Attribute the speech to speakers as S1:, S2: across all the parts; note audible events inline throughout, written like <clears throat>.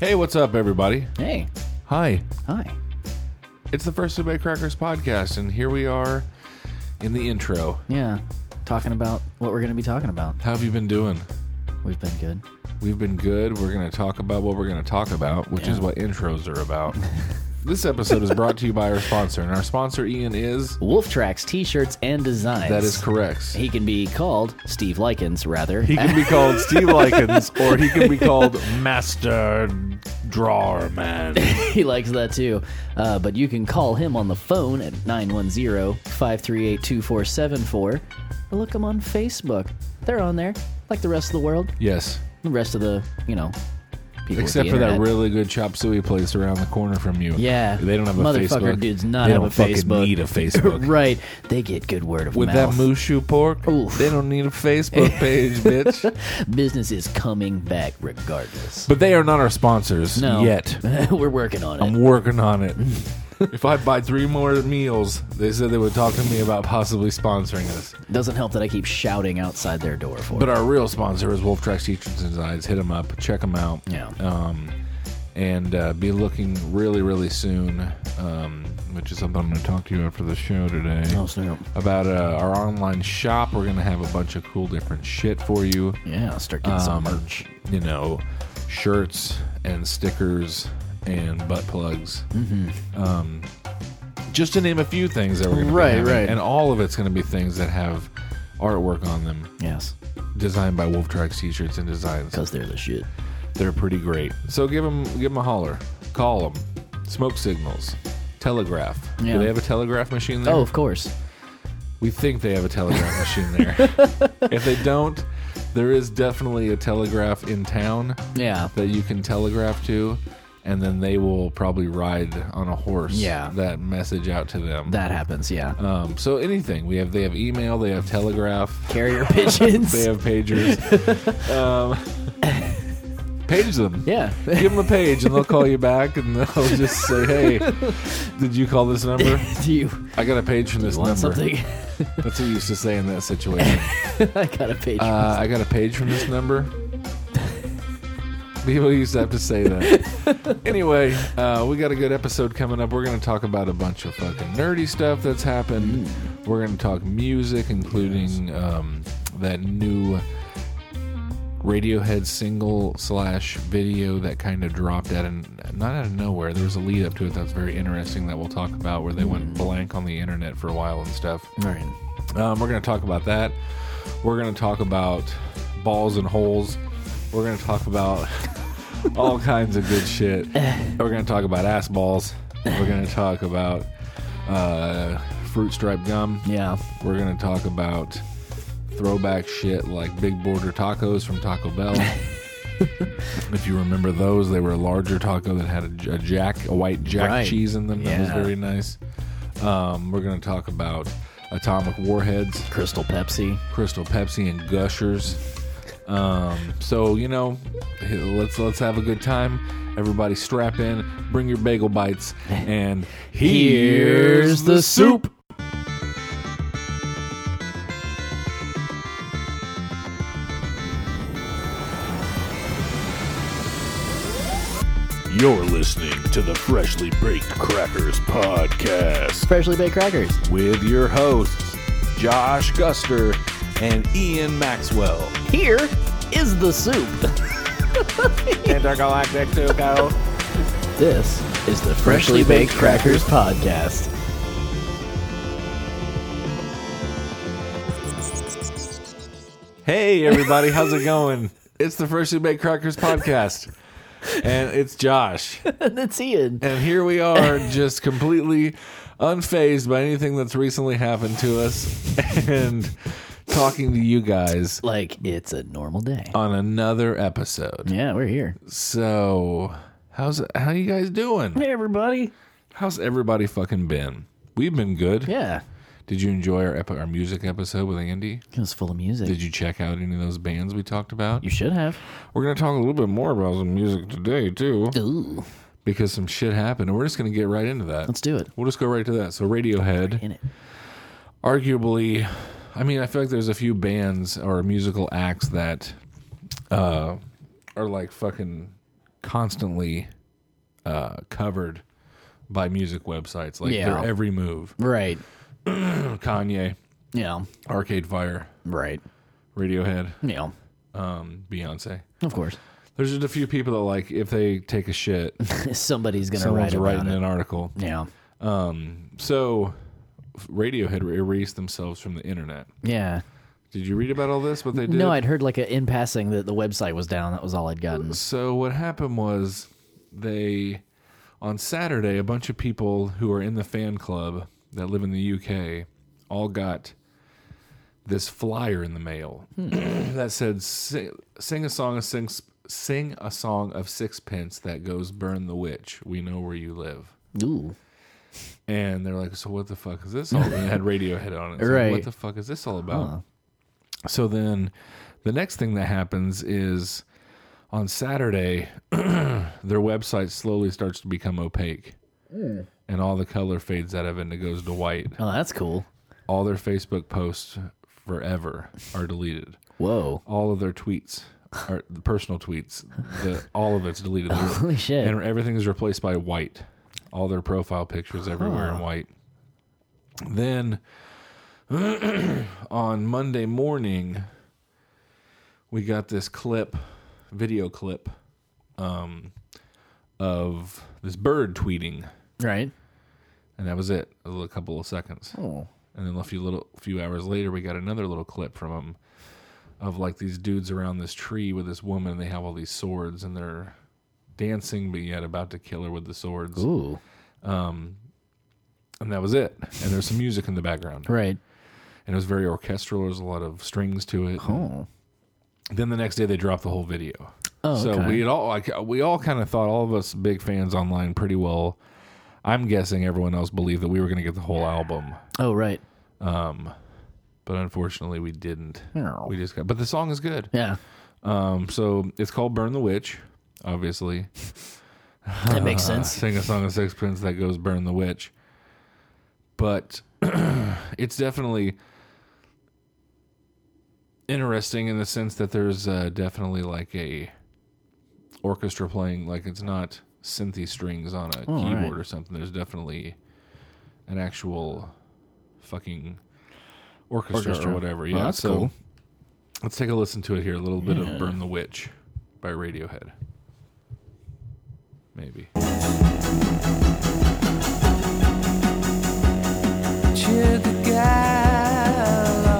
S1: Hey, what's up, everybody?
S2: Hey.
S1: Hi,
S2: Hi.
S1: it's the First Subway Crackers podcast, and here we are in the intro.
S2: Yeah. Talking about what we're going to be talking about.
S1: How have you been doing?
S2: We've been good.
S1: We've been good. We're going to talk about what we're going to talk about, which is
S2: Yeah.
S1: what intros are
S2: <laughs>
S1: about. this episode is brought to you by our sponsor, and our sponsor, Ian, is
S2: Wolf Tracks t-shirts and designs.
S1: that is correct.
S2: He can be called Steve Likens, rather.
S1: He can be called Steve Likens, or he can be called Master Drawer Man.
S2: <laughs> he likes that too. Uh, but you can call him on the phone at 910-538-2474 or look him on Facebook. They're on there, like the rest of the world.
S1: Yes,
S2: The rest of the, you know, people with
S1: Except
S2: the
S1: for that
S2: internet.
S1: really good chop suey place around the corner from you.
S2: Yeah.
S1: they don't have a
S2: Motherfucker
S1: Facebook.
S2: does not
S1: they
S2: have
S1: don't
S2: a
S1: fucking
S2: Facebook.
S1: Need a Facebook.
S2: Right. They get good word of
S1: With
S2: mouth.
S1: that mushu pork,
S2: Oof.
S1: they don't need a Facebook page,
S2: <laughs>
S1: bitch.
S2: Business is coming back regardless.
S1: But they are not our sponsors
S2: No.
S1: yet.
S2: <laughs> We're working on it.
S1: I'm working on it. if I buy three more meals, they said they would talk to me about possibly sponsoring us.
S2: Doesn't help that I keep shouting outside their door for
S1: But
S2: it.
S1: our real sponsor is Wolf Tracks Teachers and Designs. Hit them up, check them out.
S2: Yeah.
S1: Um, and uh, be looking really, really soon, um, which is something I'm going to talk to you after the show today.
S2: Oh, snap.
S1: About uh, our online shop. We're going to have a bunch of cool different shit for you.
S2: Yeah, I'll start getting some
S1: Um,
S2: merch.
S1: You know, shirts and stickers and butt plugs. Mm-hmm. Um, just to name a few things that we're going to
S2: Right,
S1: be having.
S2: right.
S1: And all of it's going to be things that have artwork on them
S2: Yes,
S1: designed by Wolf Tracks T-shirts and designs.
S2: because they're the shit.
S1: They're pretty great. So give them, give them a holler. Call them. Smoke signals. Telegraph.
S2: Yeah.
S1: Do they have a telegraph machine there?
S2: Oh, of course.
S1: We think they have a telegraph machine
S2: <laughs>
S1: there. if they don't, there is definitely a telegraph in town
S2: Yeah.
S1: that you can telegraph to, and then they will probably ride on a horse
S2: Yeah.
S1: that message out to them.
S2: That happens, yeah.
S1: um, so anything we have, they have email, they have telegraph,
S2: <laughs> Carrier pigeons.
S1: They have
S2: <laughs>
S1: pagers. um, page them.
S2: Yeah. <laughs>
S1: Give them a page and they'll call you back and they'll just say, hey, did you call this
S2: <laughs>
S1: number?
S2: Do you
S1: I got a page from this
S2: want
S1: number.
S2: something? <laughs>
S1: That's what you used to say in that situation.
S2: I got a page.
S1: Uh, I got a page from this number. People used to have to say that. anyway, uh, we got a good episode coming up. We're going to talk about a bunch of fucking nerdy stuff that's happened. We're going to talk music, including um, that new Radiohead single slash video that kind of dropped out of not out of nowhere. There was a lead up to it that's very interesting that we'll talk about, where they went blank on the internet for a while and stuff.
S2: All right.
S1: Um, we're going to talk about that. We're going to talk about balls and holes. We're going to talk about <laughs> all kinds of good shit. We're going to talk about ass balls. We're going to talk about uh, fruit stripe gum.
S2: Yeah.
S1: We're going to talk about throwback shit like big border tacos from Taco <laughs> Bell. if you remember those, they were a larger taco that had a j- a, jack, a white jack
S2: Right.
S1: cheese in them. That was
S2: Yeah.
S1: very nice. Um, we're going to talk about atomic warheads,
S2: Crystal Pepsi.
S1: Crystal Pepsi, and Gushers. Um, so you know, let's let's have a good time. Everybody, strap in, bring your bagel bites, and <laughs> here's the soup.
S3: <laughs> You're listening to the Freshly Baked Crackers Podcast
S2: Freshly baked crackers.
S1: with your hosts, Josh Guster and Ian Maxwell.
S2: Here is the soup.
S1: Intergalactic Tuco.
S2: This is the Freshly Baked Crackers Podcast. <laughs>
S1: Hey, everybody, how's it going? <laughs> It's the Freshly Baked Crackers podcast, and it's Josh.
S2: That's Ian.
S1: And here we are, just completely unfazed by anything that's recently happened to us and talking to you guys
S2: Like, it's a normal day.
S1: on another episode.
S2: Oh, Yeah, we're here.
S1: So, how's how you guys doing?
S2: Hey, everybody.
S1: How's everybody fucking been? We've been good.
S2: Yeah.
S1: Did you enjoy our epi- our music episode with Andy?
S2: It was full of music.
S1: Did you check out any of those bands we talked about?
S2: you should have.
S1: We're gonna talk a little bit more about some music today too,
S2: Ooh.
S1: because some shit happened, and we're just gonna get right into that.
S2: Let's do it.
S1: We'll just go right to that. So Radiohead,
S2: In it.
S1: arguably, I mean, I feel like there's a few bands or musical acts that uh, are like fucking constantly uh, covered by music websites. Like
S2: Yeah.
S1: their every move.
S2: Right.
S1: Kanye,
S2: Yeah.
S1: Arcade Fire,
S2: Right.
S1: Radiohead,
S2: Yeah.
S1: um, Beyonce.
S2: Of course.
S1: There's just a few people that like if they take a shit,
S2: <laughs> Somebody's gonna
S1: someone's
S2: write
S1: writing
S2: about it.
S1: an article.
S2: Yeah.
S1: Um, so Radiohead erased themselves from the internet.
S2: Yeah.
S1: Did you read about all this? What they did?
S2: No, I'd heard like a, in passing that the website was down. That was all I'd gotten.
S1: So what happened was they on Saturday a bunch of people who are in the fan club that live in the UK all got this flyer in the mail
S2: Hmm.
S1: <clears throat> that said sing, sing a song of six, sing a song of sixpence that goes burn the witch we know where you live
S2: Ooh.
S1: and they're like so what the fuck is this all and it had Radiohead on it It's like,
S2: Right.
S1: what the fuck is this all about so then the next thing that happens is on Saturday, <clears throat> their website slowly starts to become opaque. And all the color fades out of it and it goes to white.
S2: Oh, that's cool.
S1: All their Facebook posts forever are deleted.
S2: Whoa.
S1: All of their tweets, are, the personal tweets, the, all of it's deleted.
S2: Holy shit.
S1: and everything is replaced by white. All their profile pictures everywhere in white. Then <clears throat> on Monday morning, we got this clip, video clip, um, of this bird tweeting,
S2: right.
S1: and that was it. A little couple of seconds,
S2: Oh.
S1: and then a few little few hours later, we got another little clip from him of like these dudes around this tree with this woman. and They have all these swords, and they're dancing, but yet about to kill her with the swords.
S2: Ooh.
S1: And that was it. And there's some music in the background,
S2: Right.
S1: and it was very orchestral. There's a lot of strings to it.
S2: Oh.
S1: Then the next day they dropped the whole video.
S2: Oh,
S1: so
S2: okay.
S1: we had all like we all kind of thought all of us big fans online pretty well. I'm guessing everyone else believed that we were going to get the whole album,
S2: Oh, right.
S1: but unfortunately we didn't.
S2: No.
S1: We just got but the song is good.
S2: Yeah.
S1: Um so it's called Burn the Witch, obviously.
S2: That <laughs> makes
S1: Uh,
S2: sense.
S1: sing a song of sixpence that goes burn the witch. But <clears throat> it's definitely interesting in the sense that there's uh, definitely like a orchestra playing, like it's not synthy strings on a
S2: Oh, all
S1: keyboard
S2: right.
S1: or something. There's definitely an actual fucking orchestra,
S2: Orchestra.
S1: or whatever.
S2: Well,
S1: Yeah,
S2: that's
S1: so
S2: cool.
S1: let's take a listen to it here. A little bit of "Burn the Witch" by Radiohead. Maybe.
S4: to the gallows.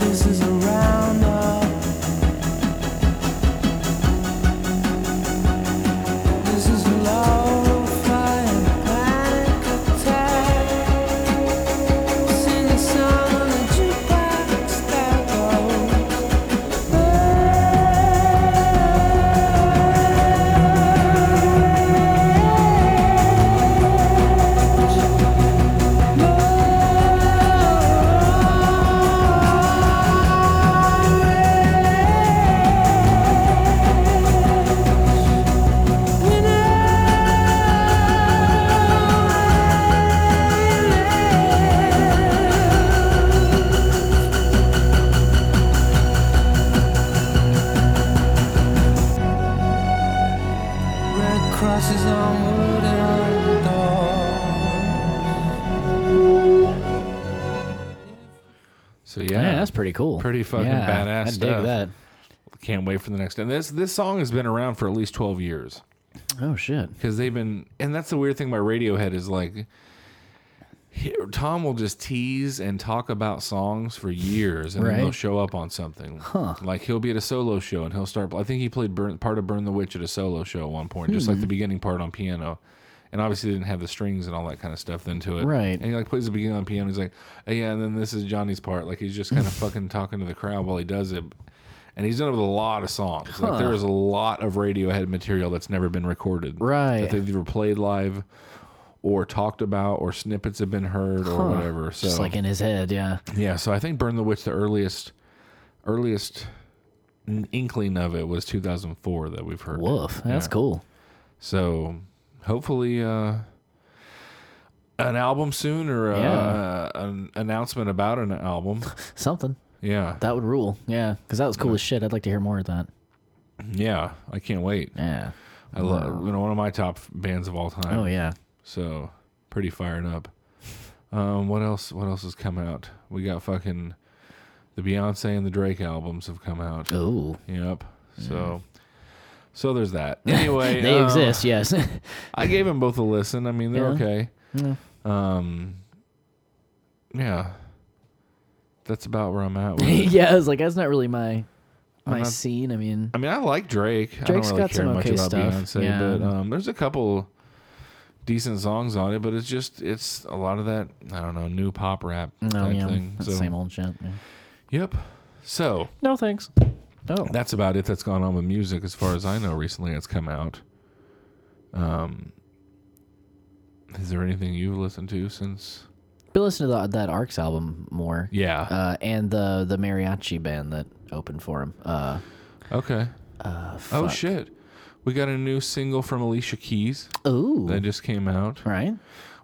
S4: This is a roundup. This is a low flying panic attack. Sing a song on the jukebox that goes. Red crosses on wooden doors.
S1: So yeah,
S2: Yeah, that's pretty cool.
S1: Pretty fucking
S2: Yeah,
S1: badass
S2: I dig
S1: stuff.
S2: that.
S1: Can't wait for the next. And this this song has been around for at least twelve years
S2: Oh shit.
S1: because they've been. And that's the weird thing about Radiohead is like, he- Tom will just tease and talk about songs for years, and then
S2: Right.
S1: they'll show up on something. Like he'll be at a solo show and he'll start. I think he played Burn, part of "Burn the Witch" at a solo show at one point,
S2: Hmm.
S1: just like the beginning part on piano. And obviously, they didn't have the strings and all that kind of stuff into it.
S2: Right.
S1: And he like plays the beginning on piano. He's like, "Oh, yeah, and then this is Johnny's part. Like he's just kind
S2: <laughs>
S1: of fucking talking to the crowd while he does it. And he's done it with a lot of songs. Like there is a lot of Radiohead material that's never been recorded.
S2: Right.
S1: That they've either played live or talked about or snippets have been heard or
S2: Huh.
S1: whatever. So
S2: Just like in his head, yeah.
S1: yeah, so I think Burn the Witch the earliest earliest n- inkling of it was 2004 that we've heard.
S2: Woof. That's
S1: Yeah.
S2: cool.
S1: So hopefully uh an album soon or uh
S2: Yeah.
S1: an announcement about an album.
S2: <laughs> Something.
S1: Yeah.
S2: That would rule. Yeah, because that was cool as shit. I'd like to hear more of that.
S1: yeah. I can't wait.
S2: Yeah.
S1: I love you know, one of my top bands of all time.
S2: Oh yeah.
S1: So pretty fired up. Um, what else? What else has come out? We got fucking the Beyonce and the Drake albums have come out.
S2: Oh.
S1: Yep. So, so there's
S2: <laughs>
S1: that. Anyway,
S2: They
S1: uh,
S2: exist. Yes. <laughs>
S1: I gave them both a listen. I mean, they're
S2: Yeah.
S1: okay.
S2: Yeah.
S1: Um, yeah. That's about where I'm at. With
S2: <laughs>
S1: it.
S2: yeah. I was like, that's not really my my Uh-huh.
S1: not-
S2: scene. I mean,
S1: I mean, I like Drake. I don't
S2: Drake's
S1: really
S2: got
S1: care
S2: some
S1: much
S2: okay
S1: about
S2: stuff.
S1: Beyonce,
S2: Yeah.
S1: but um, there's a couple decent songs on it. But it's just it's a lot of that I don't know new pop rap
S2: no,
S1: type
S2: Oh, yeah,
S1: thing.
S2: that's
S1: So,
S2: the same old shit. yeah.
S1: Yep. So
S2: No thanks. Oh.
S1: that's about it that's gone on with music as far as I know recently it's come out. Um is there anything you've listened to since
S2: Been listening to that, that Arcs album more.
S1: Yeah.
S2: Uh, and the the mariachi band that opened for him. Uh,
S1: okay. Oh shit. We got a new single from Alicia Keys
S2: ooh.
S1: that just came out.
S2: right.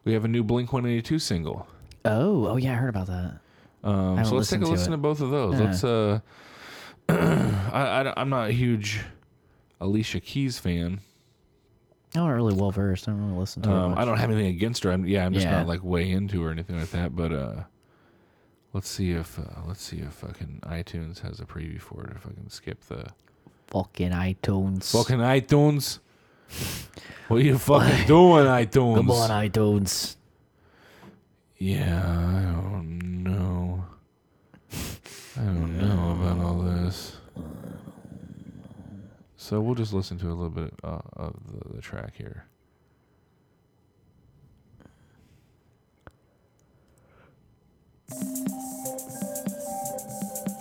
S1: We have a new Blink 182 single.
S2: Oh. Oh yeah, I heard about that.
S1: Um,
S2: haven't
S1: so let's take a
S2: listened to
S1: listen
S2: it.
S1: to both of those. Let's. Uh, <clears throat> I, I am not a huge Alicia Keys fan.
S2: I'm not really well versed. I don't really listen to it.
S1: Um,
S2: much.
S1: I don't have anything against her. I'm, yeah, I'm just
S2: Yeah.
S1: not like way into her or anything like that. But uh, let's see if uh, let's see if fucking iTunes has a preview for it. If I can skip the
S2: fucking iTunes.
S1: fucking iTunes. What are <laughs> you fucking doing, iTunes?
S2: Come on, iTunes.
S1: Yeah, I don't know. I don't know about all this. So we'll just listen to a little bit uh, of the, the track here.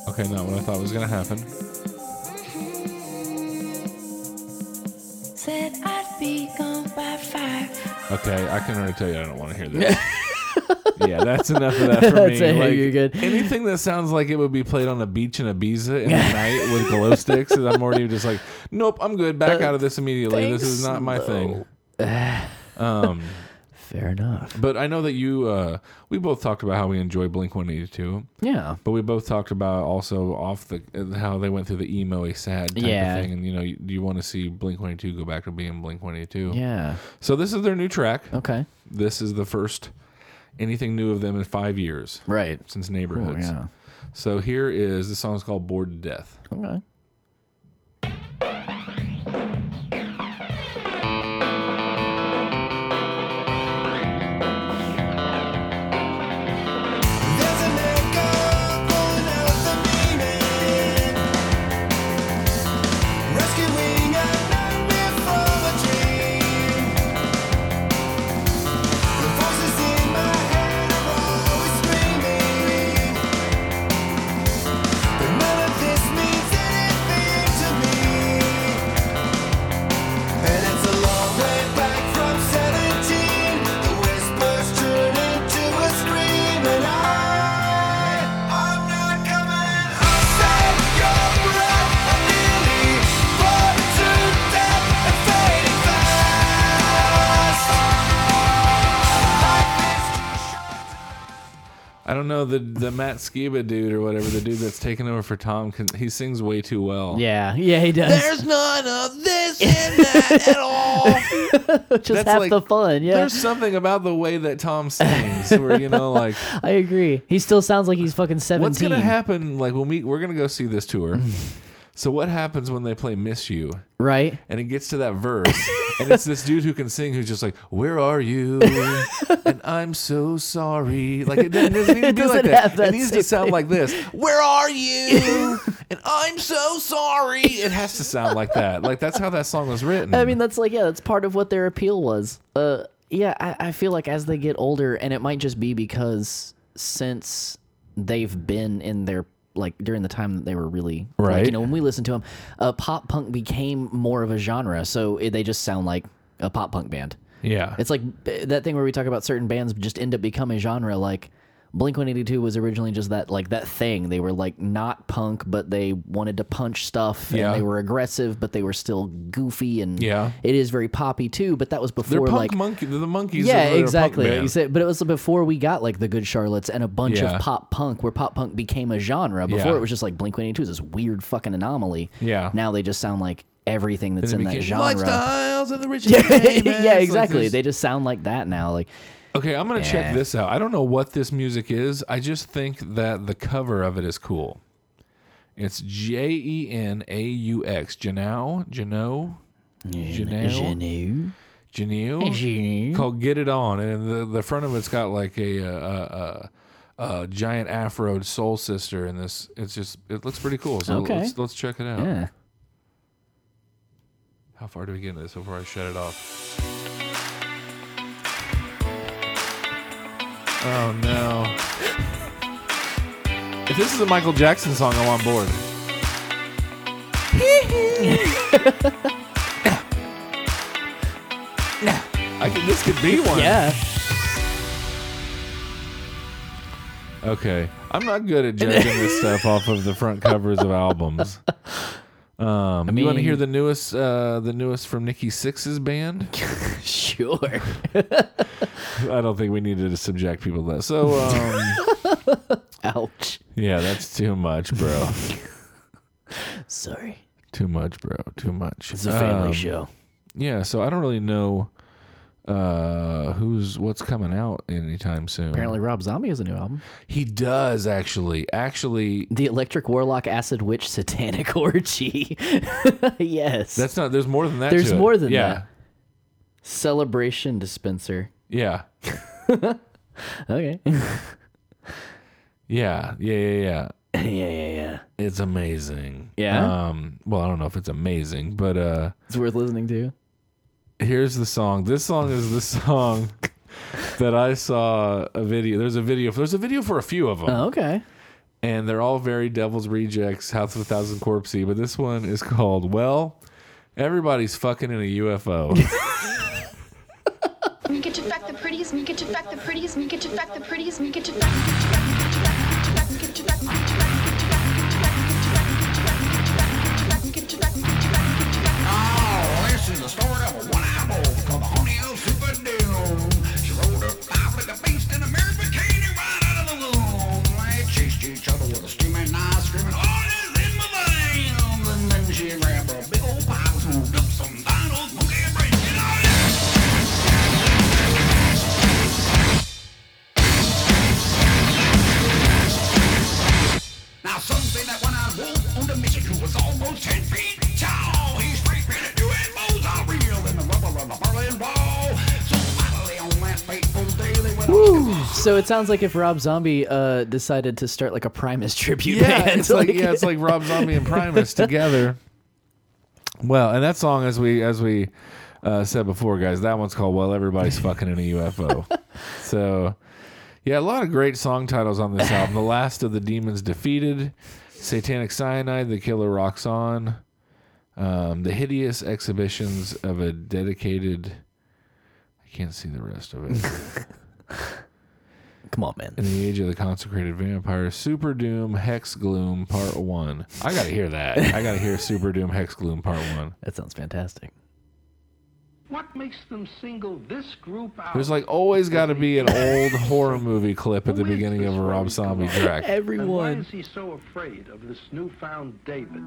S1: Okay, not what I thought was gonna happen.
S5: Said I'd be gone by five.
S1: Okay, I can already tell you I don't want to hear this.
S2: <laughs>
S1: yeah, that's enough of that for
S2: That's
S1: me.
S2: it, you're good.
S1: Anything that sounds like it would be played on a beach in Ibiza
S2: <laughs>
S1: in the night with glow sticks, and I'm already just like, nope, I'm good. Back out of this immediately. this is
S2: thanks,
S1: not my
S2: <sighs>
S1: thing. um,
S2: Fair enough.
S1: but I know that you, uh, we both talked about how we enjoy Blink 182.
S2: Yeah.
S1: But we both talked about also off the how they went through the emo sad type
S2: Yeah.
S1: of thing, and you know you, you want to see Blink One Eighty Two go back to being Blink One Eighty Two.
S2: Yeah.
S1: So this is their new track
S2: Okay.
S1: this is the first anything new of them in five years
S2: Right.
S1: since
S2: Cool,
S1: neighborhoods
S2: Oh, yeah.
S1: so here is the song's called bored to death
S2: Okay.
S4: There's an echo going out the beaming, rescuing a nightmare from a dream. The voices in my head are always screaming, but none of this means anything to me. And it's a long way back from 17. The whispers turn into a scream, and I, I'm not coming. I said your breath, I'm nearly born to death and fading fast.
S1: i don't know the the matt skiba dude or whatever the dude that's taking over for tom can, he sings way too well
S2: Yeah. Yeah, he does.
S1: there's none of this in
S2: <laughs>
S1: that at all
S2: Just
S1: that's
S2: half
S1: like-
S2: the fun. Yeah.
S1: there's something about the way that tom sings where you
S2: <laughs>
S1: know like
S2: I agree. He still sounds like he's fucking 17.
S1: what's gonna happen like when we we're gonna go see this tour
S2: Mm.
S1: so what happens when they play miss you
S2: Right?
S1: and it gets to that verse
S2: <laughs>
S1: and it's this dude who can sing who's just like where are you and i'm so sorry like it doesn't, doesn't need to
S2: It
S1: be like
S2: doesn't
S1: that.
S2: have that
S1: it needs to
S2: same
S1: sound like this where are
S2: <laughs>
S1: you and i'm so sorry it has to sound like that like that's how that song was written
S2: I mean, that's like, yeah, that's part of what their appeal was. Uh, yeah, I, I feel like as they get older, and it might just be because since they've been in their like during the time that they were really like,
S1: Right.
S2: you know, when we listened to them, uh, pop punk became more of a genre, so it, they just sound like a pop punk band.
S1: yeah
S2: It's like b- that thing where we talk about certain bands just end up becoming a genre, like Blink 182 was originally just that like that thing. They were like not punk, but they wanted to punch stuff
S1: Yeah.
S2: and they were aggressive, but they were still goofy and
S1: Yeah.
S2: it is very poppy too, but that was
S1: They're
S2: before
S1: punk
S2: like
S1: monkey. They're the monkeys.
S2: yeah,
S1: of- they're a
S2: exactly.
S1: Punk band.
S2: You said, but it was before we got like the Good Charlottes and a bunch
S1: Yeah.
S2: of pop punk, where pop punk became a genre. Before
S1: Yeah.
S2: it was just like Blink One Eighty Two is this weird fucking anomaly.
S1: Yeah.
S2: Now they just sound like everything that's
S1: They
S2: in that
S1: became
S2: genre.
S1: Lifestyles of the rich. and
S2: <laughs> yeah,
S1: famous. Like
S2: exactly.
S1: this-
S2: they just sound like that now. Like
S1: Okay, I'm gonna check
S2: Yeah.
S1: this out. I don't know what this music is. I just think that the cover of it is cool. It's J E N A U X. Janelle, Jano, Janelle,
S2: Genu.
S1: Janelle. Called "Get It On," and the the front of it's got like a uh, a, a, a uh, giant afro soul sister, and this it's just it looks pretty cool. So
S2: Okay.
S1: let's let's check it out.
S2: Yeah.
S1: How far do we get into this before I shut it off? Oh no. If this is a Michael Jackson song, I'm on board. I could, this could be one.
S2: Yeah.
S1: Okay. I'm not good at judging this stuff off of the front covers of
S2: <laughs>
S1: albums. Um, you want to
S2: mean-
S1: hear the newest, uh, the newest from Nikki Six's band?
S2: <laughs> Sure.
S1: I don't think we needed to subject people to that. So,
S2: <laughs>
S1: um,
S2: Ouch.
S1: yeah, that's too much, bro.
S2: Sorry.
S1: Too much, bro. Too much.
S2: It's a family
S1: Um,
S2: show.
S1: Yeah, so I don't really know uh who's what's coming out anytime soon.
S2: Apparently, Rob Zombie has a new album.
S1: he does actually. Actually,
S2: The Electric Warlock Acid Witch Satanic <laughs> Orgy. yes.
S1: that's not. There's more than that.
S2: There's
S1: to it.
S2: more than
S1: yeah,
S2: that. Celebration dispenser.
S1: Yeah.
S2: <laughs> Okay.
S1: Yeah. Yeah. Yeah. Yeah.
S2: yeah, yeah, yeah.
S1: It's amazing.
S2: Yeah?
S1: Um. Well, I don't know if it's amazing, but uh,
S2: It's worth listening to.
S1: here's the song. This song is the song that I saw a video. There's a video. There's a video for a few of them.
S2: Oh, okay.
S1: and they're all very Devil's Rejects, House of a Thousand Corpsey, but this one is called Well, Everybody's Fucking in a UFO.
S6: We get to fuck the pretties, we get to fuck the pretties, we get to fuck the pretties, we get to fuck, we get to fuck, we get to fuck, we get to fuck, we get to fuck, we get to fuck, we get to fuck, we get to fuck, we get to fuck, we get to fuck, we get to fuck, we get to fuck, we get to fuck.
S7: Oh, this is the story of a one-eyed wolf called the Honey El Super She rode up loud like a beast in a mirror bikini right out of the womb. They chased each other with a steaming eye, screaming, "All is in my veins!" And then she grabbed a big old pile, scooped up some Donald Monkey and braced it on it. Now some say that one-eyed wolf owned a mission who was almost ten feet tall. He's straight headed doing bullseye real in the rubber of the Berlin Wall. So finally on that fateful day they went on.
S2: So it sounds like if Rob Zombie uh, decided to start like a Primus tribute
S1: yeah,
S2: band. <laughs>
S1: it's like, yeah, it's like Rob Zombie and Primus together. Well, and that song, as we as we uh, said before, guys, that one's called Well, Everybody's Fucking in a UFO. so, yeah, a lot of great song titles on this album. The Last of the Demons Defeated, Satanic Cyanide, The Killer Rocks On. um, the hideous exhibitions of a dedicated. I can't see the rest of it.
S2: Come on, man.
S1: In the age of the consecrated vampire, Super Doom Hex Gloom Part One. I gotta hear that. I gotta hear Super Doom Hex Gloom Part One.
S2: That sounds fantastic.
S8: What makes them single this group out?
S1: There's like always got to be an old horror movie clip at the beginning of a Rob Zombie track.
S8: and why
S2: Everyone.
S8: is he so afraid of this newfound David?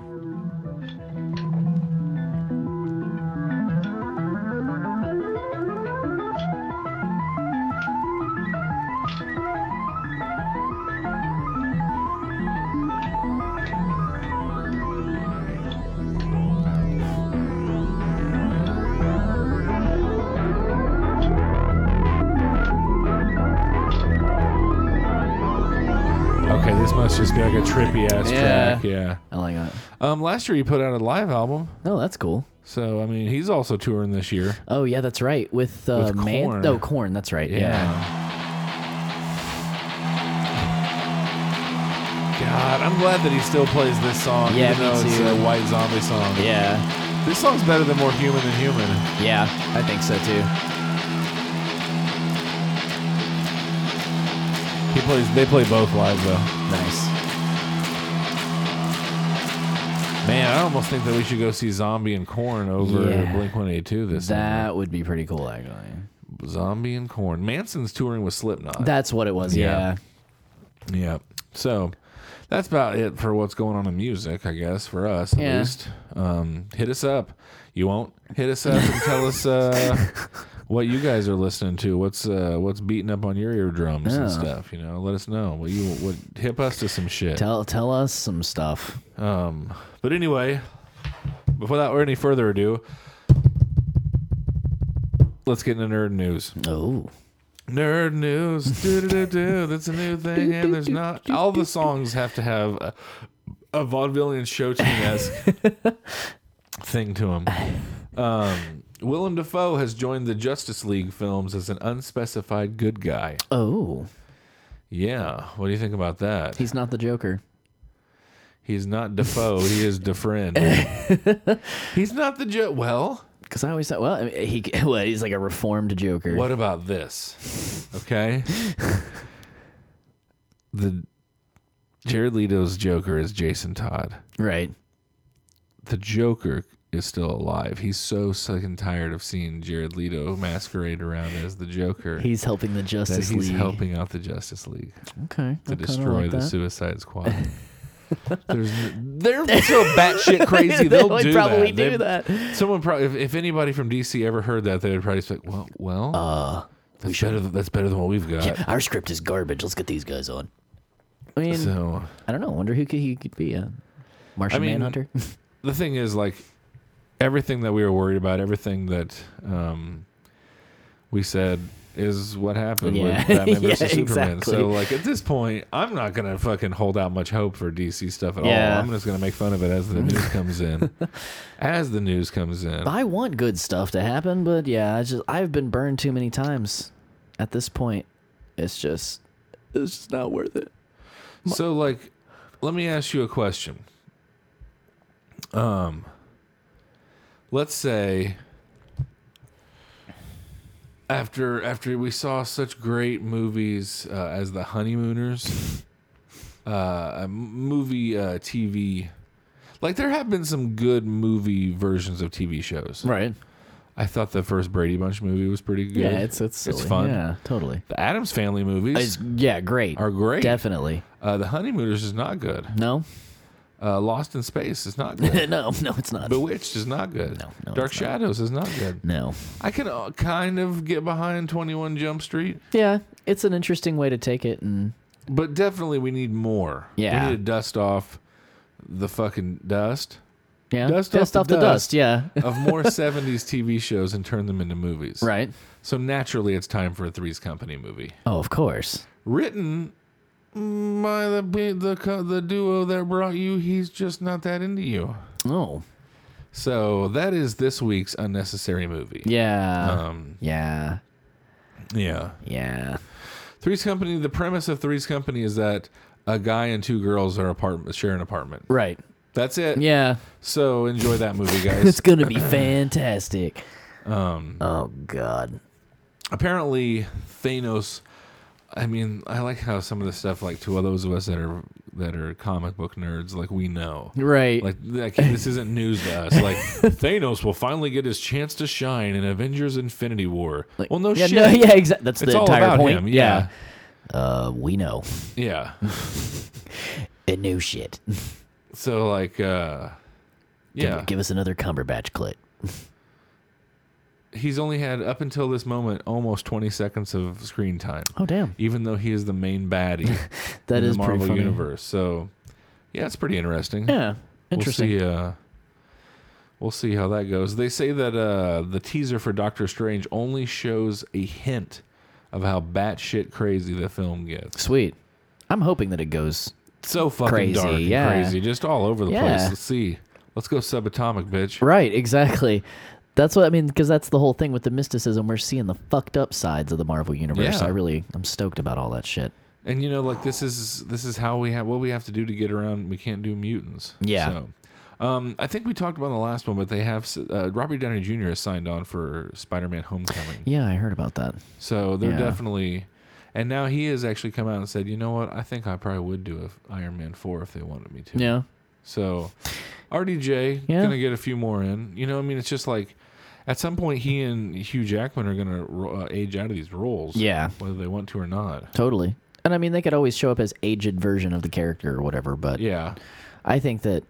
S1: Okay, this must just be like a trippy ass
S2: Yeah.
S1: track. Yeah.
S2: I like that.
S1: Um, last year he put out a live album,
S2: Oh, that's cool.
S1: so I mean he's also touring this year.
S2: Oh yeah, that's right. With, uh,
S1: With
S2: man.
S1: Korn.
S2: Oh, corn. That's right. Yeah.
S1: God, I'm glad that he still plays this song,
S2: Yeah,
S1: even
S2: me
S1: though it's
S2: too.
S1: a white zombie song.
S2: Yeah.
S1: This song's better than More Human Than Human.
S2: Yeah. I think so too.
S1: He plays. They play both live though.
S2: Nice.
S1: Man, I almost think that we should go see Zombie and Corn over
S2: Yeah.
S1: Blink One Eighty Two this
S2: That would be pretty cool, actually.
S1: summer. Zombie and Corn. Manson's touring with Slipknot.
S2: That's what it was.
S1: Yeah.
S2: Yeah.
S1: yeah. So that's about it for what's going on in music, I guess, for us at
S2: Yeah.
S1: least. Um, hit us up. You won't hit us up and tell us uh,
S2: <laughs>
S1: what you guys are listening to. What's uh, what's beating up on your eardrums
S2: Yeah.
S1: and stuff. You know, let us know. What you what hip us to some shit.
S2: Tell tell us some stuff.
S1: Um, but anyway, without any further ado, let's get into nerd news.
S2: Oh.
S1: Nerd news, do do do. That's a new thing, and there's not. All the songs have to have a, a vaudevillian show tune esque thing to them. Um, Willem Dafoe has joined the Justice League films as an unspecified good guy.
S2: Oh.
S1: Yeah, what do you think about that?
S2: He's not the Joker.
S1: He's not Defoe. He is
S2: <laughs>
S1: DeFriend. He's not the jo- well.
S2: Because I always thought, well, I mean, he <laughs> well, he's like a reformed Joker.
S1: What about this? Okay. the Jared Leto's Joker is Jason Todd.
S2: Right.
S1: The Joker is still alive. He's so sick and tired of seeing Jared Leto masquerade around as the Joker
S2: He's helping the
S1: that
S2: Justice
S1: he's
S2: League.
S1: helping out the Justice League
S2: okay.
S1: to
S2: I kinda
S1: destroy
S2: like
S1: the
S2: <laughs> that.
S1: Suicide Squad. There's, n- they're so batshit crazy.
S2: <laughs> They
S1: They'll
S2: would
S1: do
S2: probably
S1: that. They- <laughs>
S2: do that.
S1: Someone probably, if, if anybody from DC ever heard that, they would probably just be like, well, well,
S2: Uh,
S1: that's better. Than, that's better than what we've got.
S2: Our script is garbage. Let's get these guys on. I mean,
S1: So
S2: I don't know. Wonder who could, he could be. Uh, Martian
S1: I mean-
S2: Manhunter.
S1: the thing is, like everything that we were worried about, everything that um, we said is what happened
S2: Yeah.
S1: with
S2: <laughs>
S1: Batman
S2: Yeah,
S1: versus Superman.
S2: exactly.
S1: So, like at this point, I'm not gonna fucking hold out much hope for DC stuff at
S2: Yeah.
S1: all. I'm just gonna make fun of it as the news comes
S2: <laughs>
S1: in. As the news comes in,
S2: I want good stuff to happen, but yeah, I just I've been burned too many times. At this point, it's just it's just not worth it.
S1: So like let me ask you a question. Um let's say after after we saw such great movies uh, as The Honeymooners, <laughs> uh a movie uh TV like there have been some good movie versions of TV shows.
S2: Right?
S1: I thought the first Brady Bunch movie was pretty good.
S2: Yeah, it's it's silly.
S1: it's fun.
S2: Yeah, totally.
S1: The Adams Family movies,
S2: It's, yeah, great.
S1: Are great.
S2: Definitely.
S1: uh, The Honeymooners is not good.
S2: No,
S1: Uh, Lost in Space is not good.
S2: <laughs> no, no, it's not.
S1: Bewitched is not good.
S2: No, no,
S1: Dark
S2: it's not.
S1: Shadows is not
S2: <laughs>
S1: good.
S2: no.
S1: I can uh, kind of get behind 21 Jump Street,
S2: Yeah, it's an interesting way to take it, and
S1: but definitely we need more.
S2: Yeah.
S1: We need to dust off the fucking dust
S2: yeah,
S1: Dust
S2: dust
S1: off
S2: off,
S1: the
S2: the
S1: dust.
S2: dust. Yeah,
S1: <laughs> of
S2: <laughs>
S1: more 70s TV shows and turn them into movies.
S2: right.
S1: So naturally, it's time for a Three's Company movie.
S2: Oh, of course.
S1: Written by the, bi- the, co- the duo that brought you He's Just Not That Into You.
S2: Oh,
S1: So that is this week's unnecessary movie.
S2: yeah,
S1: Um,
S2: yeah,
S1: yeah.
S2: yeah.
S1: Three's Company. The premise of Three's Company is that a guy and two girls are apartment share an apartment.
S2: Right.
S1: That's it.
S2: Yeah,
S1: So enjoy that
S2: <laughs>
S1: movie, guys.
S2: it's gonna
S1: <laughs>
S2: be fantastic. Um. Oh God.
S1: Apparently, Thanos. I mean, I like how some of the stuff, like to all those of us that are that are comic book nerds, like we know.
S2: Right.
S1: Like, like this isn't news to us.
S2: <laughs>
S1: Like Thanos will finally get his chance to shine in Avengers: Infinity War. well, no
S2: yeah,
S1: shit.
S2: No, yeah, exactly. That's
S1: It's
S2: the
S1: all
S2: entire
S1: about
S2: point.
S1: him.
S2: Yeah. Uh, we know.
S1: Yeah.
S2: It knew shit. <laughs>
S1: So like, uh, yeah.
S2: Give us another Cumberbatch clip.
S1: he's only had up until this moment almost 20 seconds of screen time
S2: Oh damn.
S1: even though he is the main baddie
S2: <laughs> That
S1: in
S2: is
S1: the
S2: pretty
S1: marvel
S2: funny.
S1: universe so yeah it's pretty interesting
S2: Yeah. Interesting.
S1: we'll see uh we'll see how that goes they say that uh the teaser for doctor strange only shows a hint of how batshit crazy the film gets
S2: Sweet. I'm hoping that it goes.
S1: so fucking
S2: Crazy,
S1: dark and
S2: yeah.
S1: crazy just all over the place
S2: Yeah.
S1: let's see let's go subatomic bitch
S2: Right. <laughs> Exactly. That's what I mean because that's the whole thing with the mysticism. We're seeing the fucked up sides of the Marvel universe.
S1: Yeah.
S2: I really, I'm stoked about all that shit.
S1: And you know, like this is this is how we have what we have to do to get around. We can't do mutants.
S2: Yeah.
S1: So, um, I think we talked about it on the last one, but they have s- uh, Robert Downey Jr. has signed on for Spider-Man: Homecoming.
S2: Yeah, I heard about that.
S1: So they're
S2: Yeah.
S1: definitely. And now he has actually come out and said, you know what? I think I probably would do a Iron Man 4 if they wanted me to.
S2: Yeah.
S1: So RDJ
S2: Yeah.
S1: gonna get a few more in. You know, I mean, it's just like at some point he and Hugh Jackman are gonna ro- uh, age out of these roles.
S2: Yeah.
S1: whether they want to or not.
S2: Totally. And I mean, they could always show up as aged version of the character or whatever, but
S1: Yeah,
S2: I think that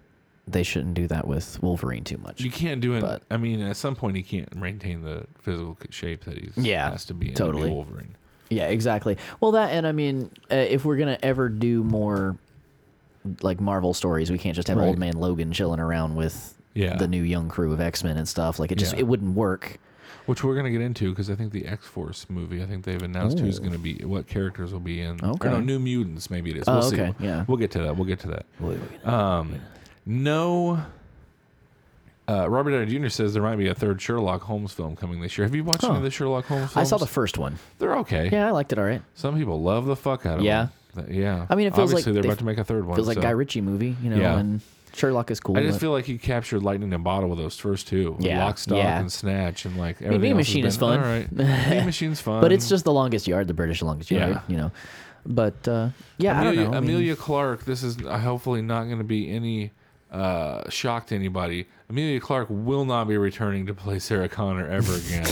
S2: they shouldn't do that with Wolverine too much.
S1: you can't do it.
S2: But-
S1: I mean, at some point he can't maintain the physical c- shape that he's
S2: Yeah,
S1: has to be in to be
S2: totally.
S1: Wolverine.
S2: Yeah, exactly. Well, that and I mean, uh, if we're gonna ever do more like Marvel stories, we can't just have
S1: Right.
S2: old man Logan chilling around with
S1: Yeah.
S2: the new young crew of X Men and stuff. Like it just
S1: Yeah.
S2: it wouldn't work.
S1: Which we're gonna get into because I think the X Force movie. I think they've announced who's gonna be what characters will be in.
S2: Okay.
S1: or no, New Mutants. Maybe it is.
S2: Oh,
S1: We'll see.
S2: okay, yeah.
S1: we'll get to that. We'll get to that. Um, No. Uh, Robert Downey Jr. says there might be a third Sherlock Holmes film coming this year. Have you watched any of the Sherlock Holmes films?
S2: I saw the first one.
S1: They're okay.
S2: Yeah, I liked it. All right.
S1: Some people love the fuck out of
S2: Yeah.
S1: them. Th- Yeah.
S2: I mean, it feels like
S1: Obviously, they're
S2: they-
S1: about to make a third one.
S2: Feels like
S1: so.
S2: Guy Ritchie movie, you know.
S1: Yeah.
S2: And Sherlock is cool.
S1: I just
S2: but-
S1: feel like he captured lightning in a bottle with those first two.
S2: Yeah,
S1: Lock, stock,
S2: yeah.
S1: and snatch, and like
S2: mean,
S1: everything.
S2: Mean
S1: else
S2: Machine
S1: has
S2: is
S1: been-
S2: fun. <laughs>
S1: All right. Mean Machine's fun.
S2: but it's just the longest yard, the British longest yard,
S1: Yeah.
S2: you know. But uh, yeah,
S1: Amelia,
S2: I don't know. I mean,
S1: Amelia Clark. This is uh, hopefully not going to be any uh, shock to anybody. Amelia Clark will not be returning to play Sarah Connor
S2: <laughs>
S1: ever again.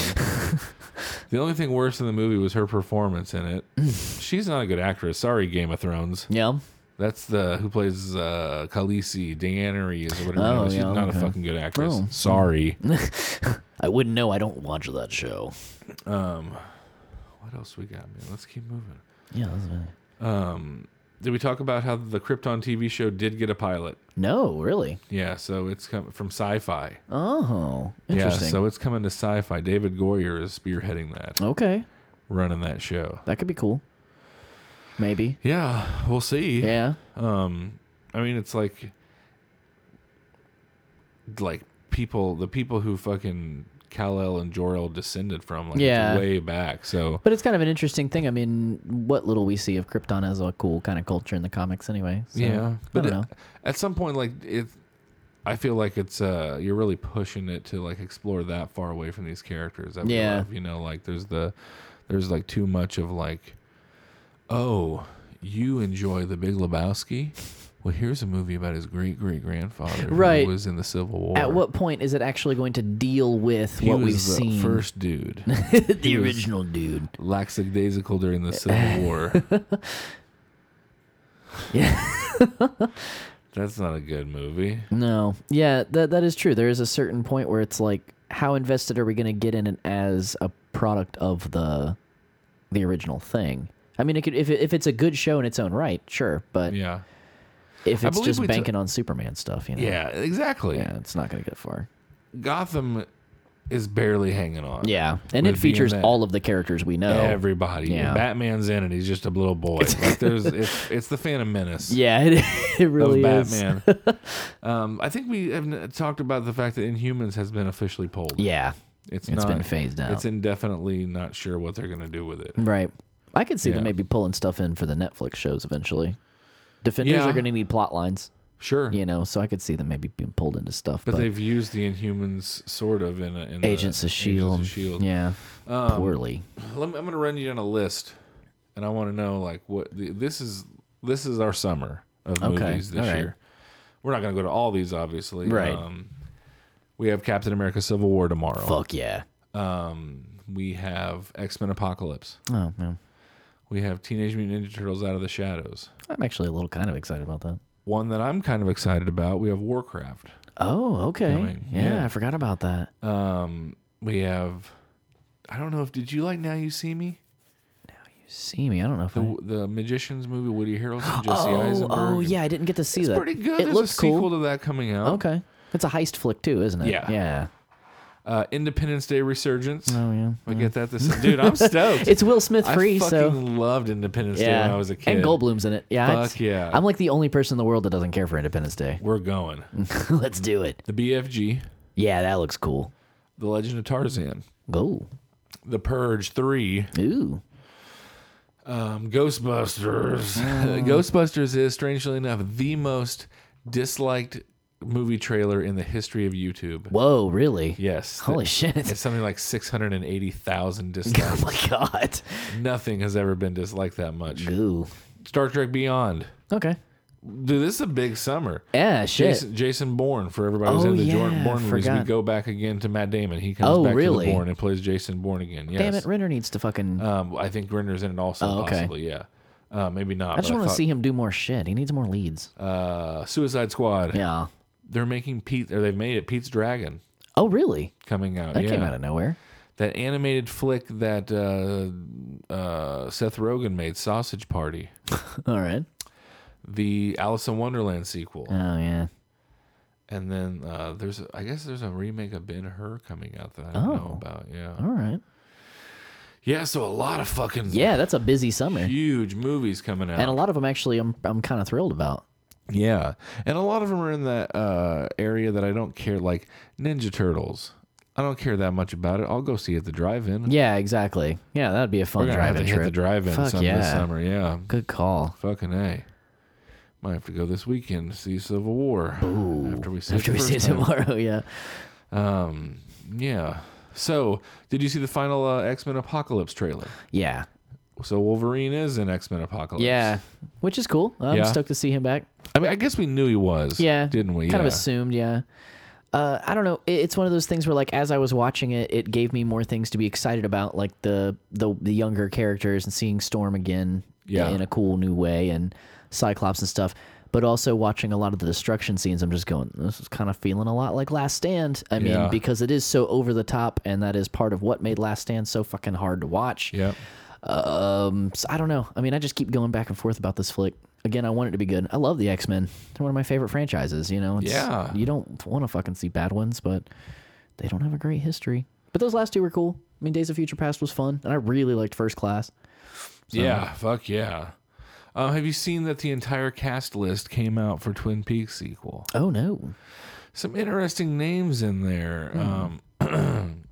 S1: the only thing worse in the movie was her performance in
S2: <laughs>
S1: it. She's not a good actress. Sorry, Game of Thrones.
S2: yeah.
S1: That's the who plays uh, Khaleesi, Daenerys, or whatever. her name
S2: Oh,
S1: is. She's
S2: yeah,
S1: not
S2: okay.
S1: a fucking good actress.
S2: Oh.
S1: Sorry.
S2: I wouldn't know. I don't watch that show.
S1: Um, what else we got, man? Let's keep moving.
S2: Yeah. That's right.
S1: Did we talk about how the Krypton TV show did get a pilot?
S2: No, really.
S1: Yeah, so it's com- from Sci-Fi.
S2: Oh,
S1: Yeah,
S2: interesting.
S1: so it's coming to sci-fi. David Goyer is spearheading that,
S2: okay,
S1: running that show.
S2: that could be cool. Maybe.
S1: Yeah, we'll see. Um,
S2: Yeah.
S1: I mean, it's like, like people, the people who fucking Kal El and Jor El descended from, like,
S2: Yeah.
S1: way back. So
S2: But it's kind of an interesting thing. I mean, what little we see of Krypton as a cool kind of culture in the comics, anyway. So,
S1: yeah,
S2: I
S1: but
S2: don't
S1: it-
S2: know.
S1: at some point, like it, I feel like it's uh, you're really pushing it to like explore that far away from these characters. I feel
S2: Yeah.
S1: like, you know, like there's the, there's like too much of like, oh, you enjoy the Big Lebowski. Well, here's a movie about his great great grandfather
S2: Right.
S1: who was in the Civil War.
S2: At what point is it actually going to deal with
S1: he
S2: what
S1: was
S2: we've
S1: the
S2: seen?
S1: first dude
S2: <laughs> the original dude.
S1: lackadaisical during the
S2: <laughs>
S1: Civil War.
S2: Yeah. <laughs>
S1: That's not a good movie.
S2: No. Yeah, that that is true. There is a certain point where it's like, how invested are we going to get in it as a product of the the original thing? I mean, it could if it, if it's a good show in its own right, sure. But
S1: Yeah.
S2: if
S1: I
S2: it's
S1: believe
S2: just
S1: we
S2: banking on Superman stuff, you know,
S1: Yeah, exactly.
S2: yeah, it's not going to get far.
S1: Gotham is barely hanging on.
S2: Yeah, and
S1: With
S2: it
S1: being
S2: features
S1: Uh, that-
S2: all of the characters we know.
S1: Everybody.
S2: Yeah.
S1: Batman's in it. He's just a little boy. like
S2: <laughs>
S1: there's, it's, it's the Phantom Menace.
S2: yeah, <laughs> it, it
S1: Of
S2: really is.
S1: Batman,
S2: <laughs>
S1: um, I think we have n- talked about the fact that Inhumans has been officially pulled.
S2: Yeah,
S1: it's
S2: it's
S1: not,
S2: been phased out. Mm,
S1: It's indefinitely not sure what they're going to do with it.
S2: right. I could see
S1: Yeah.
S2: them maybe pulling stuff in for the Netflix shows eventually. Defenders
S1: Yeah.
S2: are going to need plot lines,
S1: Sure,
S2: you know, so I could see them maybe being pulled into stuff.
S1: but,
S2: But,
S1: they've used the Inhumans sort of in, a, in the
S2: Agents of Shield,
S1: Agents of Shield.
S2: E yeah,
S1: Um,
S2: poorly.
S1: Let me- I'm going to run you down a list, and I want to know like what the, this is. This is our summer of
S2: Okay,
S1: movies this
S2: all right.
S1: year. We're not going to go to all these, obviously.
S2: Right.
S1: Um, we have Captain America: Civil War tomorrow. Um,
S2: Fuck yeah.
S1: We have X Men: Apocalypse.
S2: Oh man,
S1: We have Teenage Mutant Ninja Turtles: Out of the Shadows.
S2: I'm actually a little kind of excited about that.
S1: One that I'm kind of excited about. We have Warcraft.
S2: Oh, okay.
S1: mean,
S2: yeah,
S1: yeah.
S2: I forgot about that.
S1: Um, We have. I don't know if did you like Now You See Me?
S2: see me? I don't know if I.
S1: The, the Magicians movie, Woody Harrelson, Jesse
S2: Oh,
S1: Eisenberg.
S2: oh
S1: and-
S2: yeah, I didn't get to see
S1: It's
S2: that.
S1: pretty good.
S2: It
S1: There's
S2: looks
S1: a
S2: cool.
S1: sequel to that coming out.
S2: Okay. It's a heist flick too, isn't it?
S1: Yeah.
S2: Yeah.
S1: Uh, Independence Day Resurgence.
S2: Oh yeah.
S1: We get that
S2: <laughs>
S1: this dude. I'm stoked.
S2: It's Will Smith
S1: I
S2: free,
S1: fucking
S2: so
S1: loved Independence Day
S2: yeah.
S1: when I was a kid.
S2: And Goldblum's in it. Yeah.
S1: Fuck
S2: it's-
S1: yeah.
S2: I'm like the only person in the world that doesn't care for Independence Day. <laughs>
S1: We're going.
S2: Let's do it.
S1: The BFG,
S2: Yeah, that looks cool.
S1: The Legend of Tarzan,
S2: Go.
S1: The Purge Three,
S2: Ooh.
S1: um,
S2: Oh.
S1: <laughs> Ghostbusters. Ghostbusters is strangely enough the most disliked movie trailer in the history of YouTube.
S2: Whoa, really?
S1: Yes.
S2: Holy
S1: Th- <laughs>
S2: shit.
S1: It's something like 680,000
S2: oh <laughs>
S1: dislikes.
S2: my god.
S1: Nothing has ever been disliked that much.
S2: Ooh.
S1: Star Trek Beyond.
S2: Okay.
S1: Dude, this is a big summer.
S2: Yeah, shit.
S1: Jason, Jason Bourne for everybody who's
S2: Oh,
S1: into
S2: yeah,
S1: Jordan Bourne movies. We
S2: forgot.
S1: go back again to Matt Damon. He comes
S2: Oh,
S1: back to
S2: really?
S1: the Bourne and plays Jason Bourne again. Yes.
S2: Damn it, Renner needs to fucking
S1: Um, I think Renner's in it also.
S2: Oh, okay.
S1: Possibly, yeah. Uh, maybe not.
S2: I just
S1: but
S2: want to
S1: thought,
S2: see him do more shit. He needs more leads.
S1: uh, Suicide Squad.
S2: yeah.
S1: They're making Pete, or they've made it Pete's Dragon
S2: Oh, really?
S1: coming out.
S2: That
S1: yeah.
S2: came out of nowhere. <laughs>
S1: that animated flick that uh, uh, Seth Rogen made, Sausage Party,
S2: All right.
S1: the Alice in Wonderland sequel,
S2: Oh yeah.
S1: and then uh, there's I guess there's a remake of Ben Hur coming out that I don't know
S2: Oh.
S1: about. Yeah,
S2: All right.
S1: yeah. So a lot of fucking
S2: Yeah, that's a busy summer,
S1: huge movies coming out,
S2: and a lot of them actually I'm I'm kind of thrilled about.
S1: yeah, and a lot of them are in that uh, area that I don't care, like Ninja Turtles. I don't care that much about it. I'll go see it at the drive-in.
S2: Yeah, exactly. Yeah, that'd be a
S1: We're
S2: fun
S1: gonna have to
S2: driving
S1: hit
S2: trip.
S1: the drive-in
S2: Fuck
S1: some
S2: yeah.
S1: this summer. Yeah,
S2: Good call.
S1: Fucking A. Might have to go this weekend to see Civil War. After we see,
S2: After
S1: it,
S2: we
S1: the
S2: see it
S1: first time.
S2: tomorrow, yeah.
S1: Um, yeah. So, did you see the final uh, X Men Apocalypse trailer?
S2: Yeah.
S1: So Wolverine is in X Men Apocalypse.
S2: Yeah. Which is cool. I'm
S1: Yeah.
S2: stoked to see him back.
S1: I mean, I guess we knew he was.
S2: Yeah.
S1: Didn't we?
S2: Kind of
S1: Yeah.
S2: assumed, yeah. Uh, I don't know. It, it's one of those things where, like, as I was watching it, it gave me more things to be excited about, like the the, the younger characters and seeing Storm again
S1: Yeah.
S2: in a cool new way and Cyclops and stuff. But also watching a lot of the destruction scenes, I'm just going, this is kind of feeling a lot like Last Stand. I mean,
S1: Yeah.
S2: because it is so over the top, and that is part of what made Last Stand so fucking hard to watch.
S1: Yeah.
S2: Um, so I don't know. I mean, I just keep going back and forth about this flick. Again, I want it to be good. I love the X Men. They're one of my favorite franchises. You know, it's,
S1: Yeah.
S2: You don't want to fucking see bad ones, but they don't have a great history. But those last two were cool. I mean, Days of Future Past was fun, and I really liked First Class.
S1: Yeah. Fuck yeah. Um, have you seen that the entire cast list came out for Twin Peaks sequel?
S2: Oh no,
S1: some interesting names in there.
S2: Hmm.
S1: Um, <clears throat>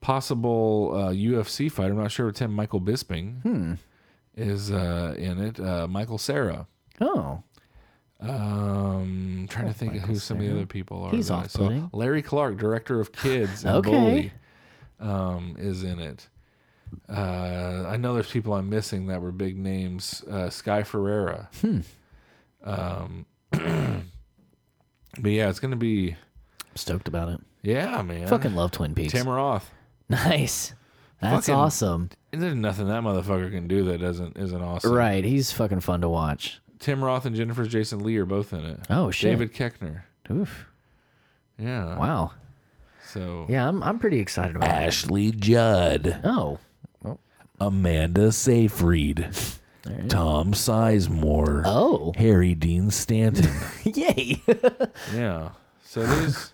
S1: possible uh, UFC fighter. I'm not sure it's him. Michael Bisping
S2: Hmm.
S1: is uh, in it. Uh, Michael Sarah.
S2: oh
S1: Um, trying to think of who some of the other people are.
S2: He's
S1: that I
S2: off-putting.
S1: saw. Larry Clark, director of Kids and
S2: Okay.
S1: Bully, um, is in it. Uh, I know there's people I'm missing that were big names. Uh, Sky Ferreira.
S2: Hmm.
S1: Um, <clears throat> but yeah, it's gonna be.
S2: I'm stoked about it.
S1: Yeah, man.
S2: Fucking love Twin Peaks.
S1: Tamaroth.
S2: nice. That's
S1: Fucking-
S2: awesome.
S1: There's nothing that motherfucker can do that doesn't isn't awesome.
S2: Right, he's fucking fun to watch.
S1: Tim Roth and Jennifer Jason Lee are both in it.
S2: Oh, shit.
S1: David Keckner.
S2: Oof.
S1: Yeah.
S2: Wow.
S1: So
S2: Yeah, I'm I'm pretty excited about it.
S3: Ashley Judd,
S2: Oh,
S3: Amanda Seyfried, Tom Sizemore,
S2: oh, <laughs>
S3: Harry Dean Stanton.
S2: yay.
S1: yeah. So there's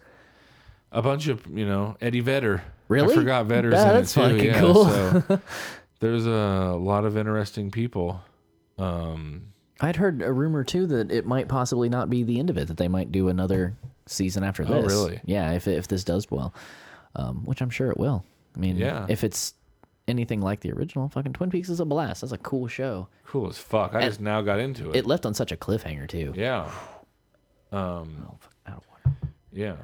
S1: a bunch of you know Eddie Vedder.
S2: Really?
S1: I forgot Vedder's
S2: Yeah,
S1: in
S2: that's
S1: it too.
S2: fucking
S1: yeah,
S2: cool. <laughs>
S1: So there's a lot of interesting people. Um.
S2: I'd heard a rumor too that it might possibly not be the end of it; that they might do another season after
S1: Oh,
S2: this.
S1: really?
S2: Yeah, if if this does well, um, which I'm sure it will. I mean,
S1: Yeah.
S2: if it's anything like the original, fucking Twin Peaks is a blast. That's a cool show.
S1: Cool as fuck. I just now got into it.
S2: It left on such a cliffhanger too.
S1: yeah.
S2: Oh, fuck, out of water.
S1: Yeah.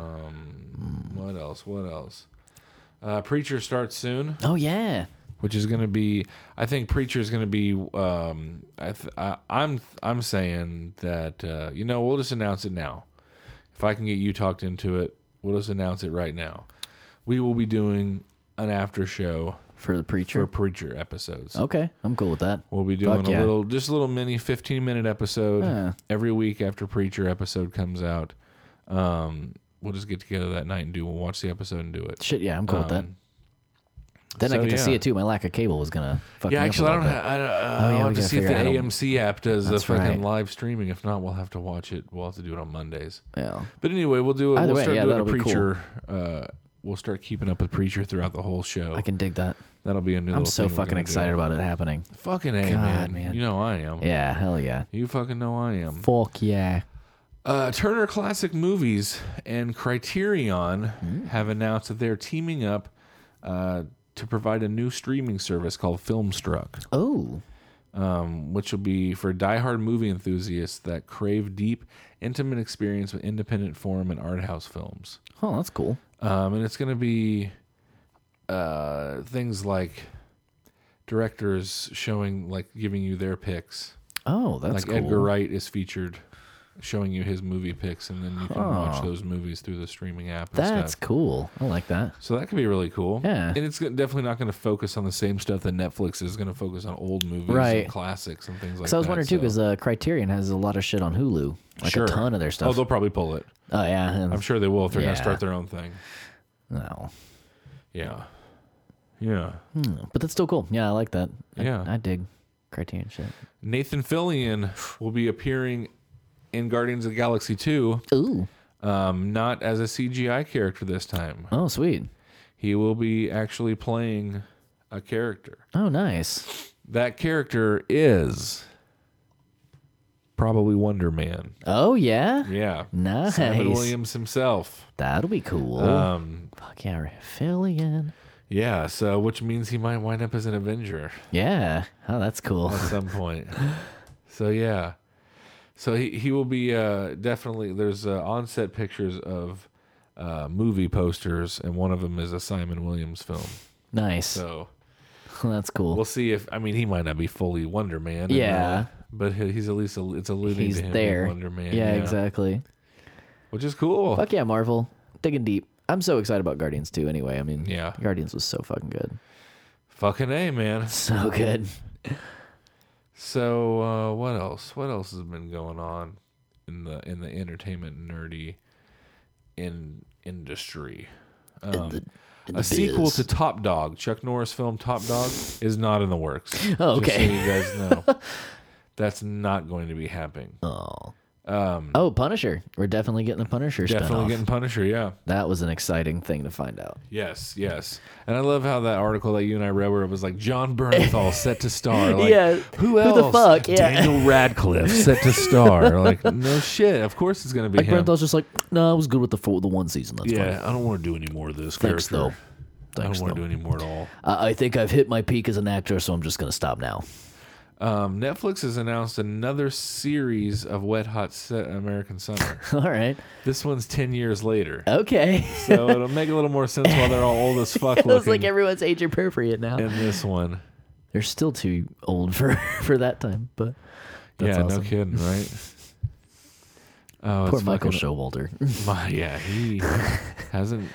S1: Um. What else? What else? Uh, Preacher starts soon.
S2: Oh yeah,
S1: which is going to be I think preacher is going to be um I, th- I I'm I'm saying that uh you know we'll just announce it now. If I can get you talked into it, we'll just announce it right now. We will be doing an after show
S2: for the
S1: for
S2: preacher.
S1: preacher episodes.
S2: okay, I'm cool with that.
S1: We'll be doing
S2: Oh, Fuck
S1: a
S2: yeah.
S1: little just a little mini 15 minute episode
S2: Yeah.
S1: every week after preacher episode comes out. Um we'll just get together that night and do we'll watch the episode and do it.
S2: Shit, yeah, I'm cool with that.
S1: Um,
S2: Then I
S1: so,
S2: get to see
S1: yeah.
S2: it too. My lack of cable was gonna fuck
S1: Yeah,
S2: me
S1: actually, I
S2: up a
S1: don't.
S2: little
S1: Have, I don't, uh,
S2: yeah,
S1: I'll
S2: we
S1: have to
S2: gotta
S1: see if the
S2: figure out how to-
S1: AMC app does the
S2: That's
S1: fucking
S2: right.
S1: live streaming. If not, we'll have to watch it. We'll have to do it on Mondays.
S2: bit. Yeah.
S1: But anyway, we'll do it.
S2: Either
S1: we'll
S2: way,
S1: start
S2: yeah,
S1: doing a
S2: that'll be cool.
S1: preacher. Uh, we'll start keeping up with preacher throughout the whole show.
S2: I can dig that.
S1: That'll be a new.
S2: I'm
S1: Oh. little
S2: so
S1: thing we're
S2: fucking
S1: gonna do.
S2: excited about it happening.
S1: Fucking a man.
S2: God, man.
S1: You know I am.
S2: Yeah, hell yeah.
S1: You fucking know I am.
S2: Fuck yeah.
S1: Uh, Turner Classic Movies and Criterion
S2: Hmm.
S1: have announced that they're teaming up uh, to provide a new streaming service called Filmstruck.
S2: Oh.
S1: um, which will be for diehard movie enthusiasts that crave deep, intimate experience with independent form and art house films.
S2: Oh, that's cool.
S1: Um, and it's going to be uh, things like directors showing, like giving you their picks.
S2: Oh, that's
S1: Like
S2: cool.
S1: Edgar Wright is featured showing you his movie picks, and then you can watch those movies through the streaming app. And
S2: That's
S1: stuff.
S2: cool. I like that.
S1: so that could be really cool.
S2: Yeah.
S1: and it's go- definitely not going to focus on the same stuff that Netflix is going to focus on old movies,
S2: Right.
S1: and classics, and things like.
S2: So I was
S1: that,
S2: wondering too,
S1: so-
S2: because uh, Criterion has a lot of shit on Hulu, like
S1: Sure.
S2: a ton of their stuff.
S1: Oh, they'll probably pull it.
S2: oh yeah, and-
S1: I'm sure they will if they're going
S2: Yeah.
S1: to start their own thing.
S2: no. Hmm.
S1: Yeah, yeah.
S2: but that's still cool. Yeah, I like that. I,
S1: Yeah.
S2: I dig Criterion shit.
S1: Nathan Fillion will be appearing in Guardians of the Galaxy 2,
S2: Ooh,
S1: um, not as a CGI character this time.
S2: oh sweet,
S1: He will be actually playing a character.
S2: oh nice.
S1: That character is probably Wonder Man.
S2: Oh yeah,
S1: Yeah.
S2: nice.
S1: Simon Williams himself.
S2: That'll be cool.
S1: Um,
S2: Fuck yeah, Fillion.
S1: yeah, so which means he might wind up as an Avenger.
S2: Yeah, oh that's cool.
S1: <laughs> at some point. So yeah, so he he will be uh, definitely. There's uh, on-set pictures of uh, movie posters, and one of them is a Simon Williams film.
S2: Nice.
S1: So
S2: <laughs> that's cool.
S1: we'll see if I mean he might not be fully Wonder Man. and
S2: Yeah.
S1: all, but he- he's at least al- it's alluding
S2: He's
S1: to him being
S2: there.
S1: Wonder Man.
S2: yeah, exactly.
S1: Which is cool.
S2: Fuck yeah, Marvel. Digging deep. I'm so excited about Guardians too. Anyway, I mean,
S1: Yeah.
S2: Guardians was so fucking good.
S1: Fucking a man.
S2: <laughs> So good.
S1: So uh, what else? What else has been going on in the in the entertainment nerdy in industry? Um, a sequel
S2: biz.
S1: to Top Dog, Chuck Norris film Top Dog, is not in the works.
S2: <laughs> Oh, okay.
S1: Just so you guys
S2: <laughs>
S1: know, that's not going to be happening.
S2: Oh. oh, Punisher. We're definitely getting the Punisher
S1: um, Definitely
S2: spinoff.
S1: getting Punisher. Yeah.
S2: that was an exciting thing to find out.
S1: Yes. Yes. And I love how that article that you and I read where it was like John
S2: <laughs>
S1: Bernthal set to star. Like,
S2: Yeah.
S1: Who else?
S2: Who the fuck? Yeah.
S1: Daniel Radcliffe set to
S2: <laughs>
S1: star. like no shit. Of course it's gonna be
S2: Like
S1: him.
S2: Brenthal's just like, no, I was good with the four, the one season. That's
S1: Yeah,
S2: fine.
S1: I don't want to do any more of this
S2: Thanks
S1: character.
S2: though.
S1: I
S2: Thanks
S1: don't
S2: though.
S1: want to do any more at all.
S2: I, I think I've hit my peak as an actor, so I'm just gonna stop now. <laughs>
S1: Um, Netflix has announced another series of Wet Hot Se- American Summer.
S2: all right.
S1: this one's ten years later,
S2: Uh, Okay. <laughs>
S1: so it'll make a little more sense why they're all old as fuck
S2: Feels
S1: looking
S2: like everyone's age appropriate now.
S1: in this one.
S2: They're still too old for <laughs> for that time, but that's
S1: yeah,
S2: awesome.
S1: no kidding, right?
S2: <laughs>
S1: Oh,
S2: Poor
S1: it's
S2: Michael
S1: fucking-
S2: Showalter. <laughs>
S1: My, yeah, he hasn't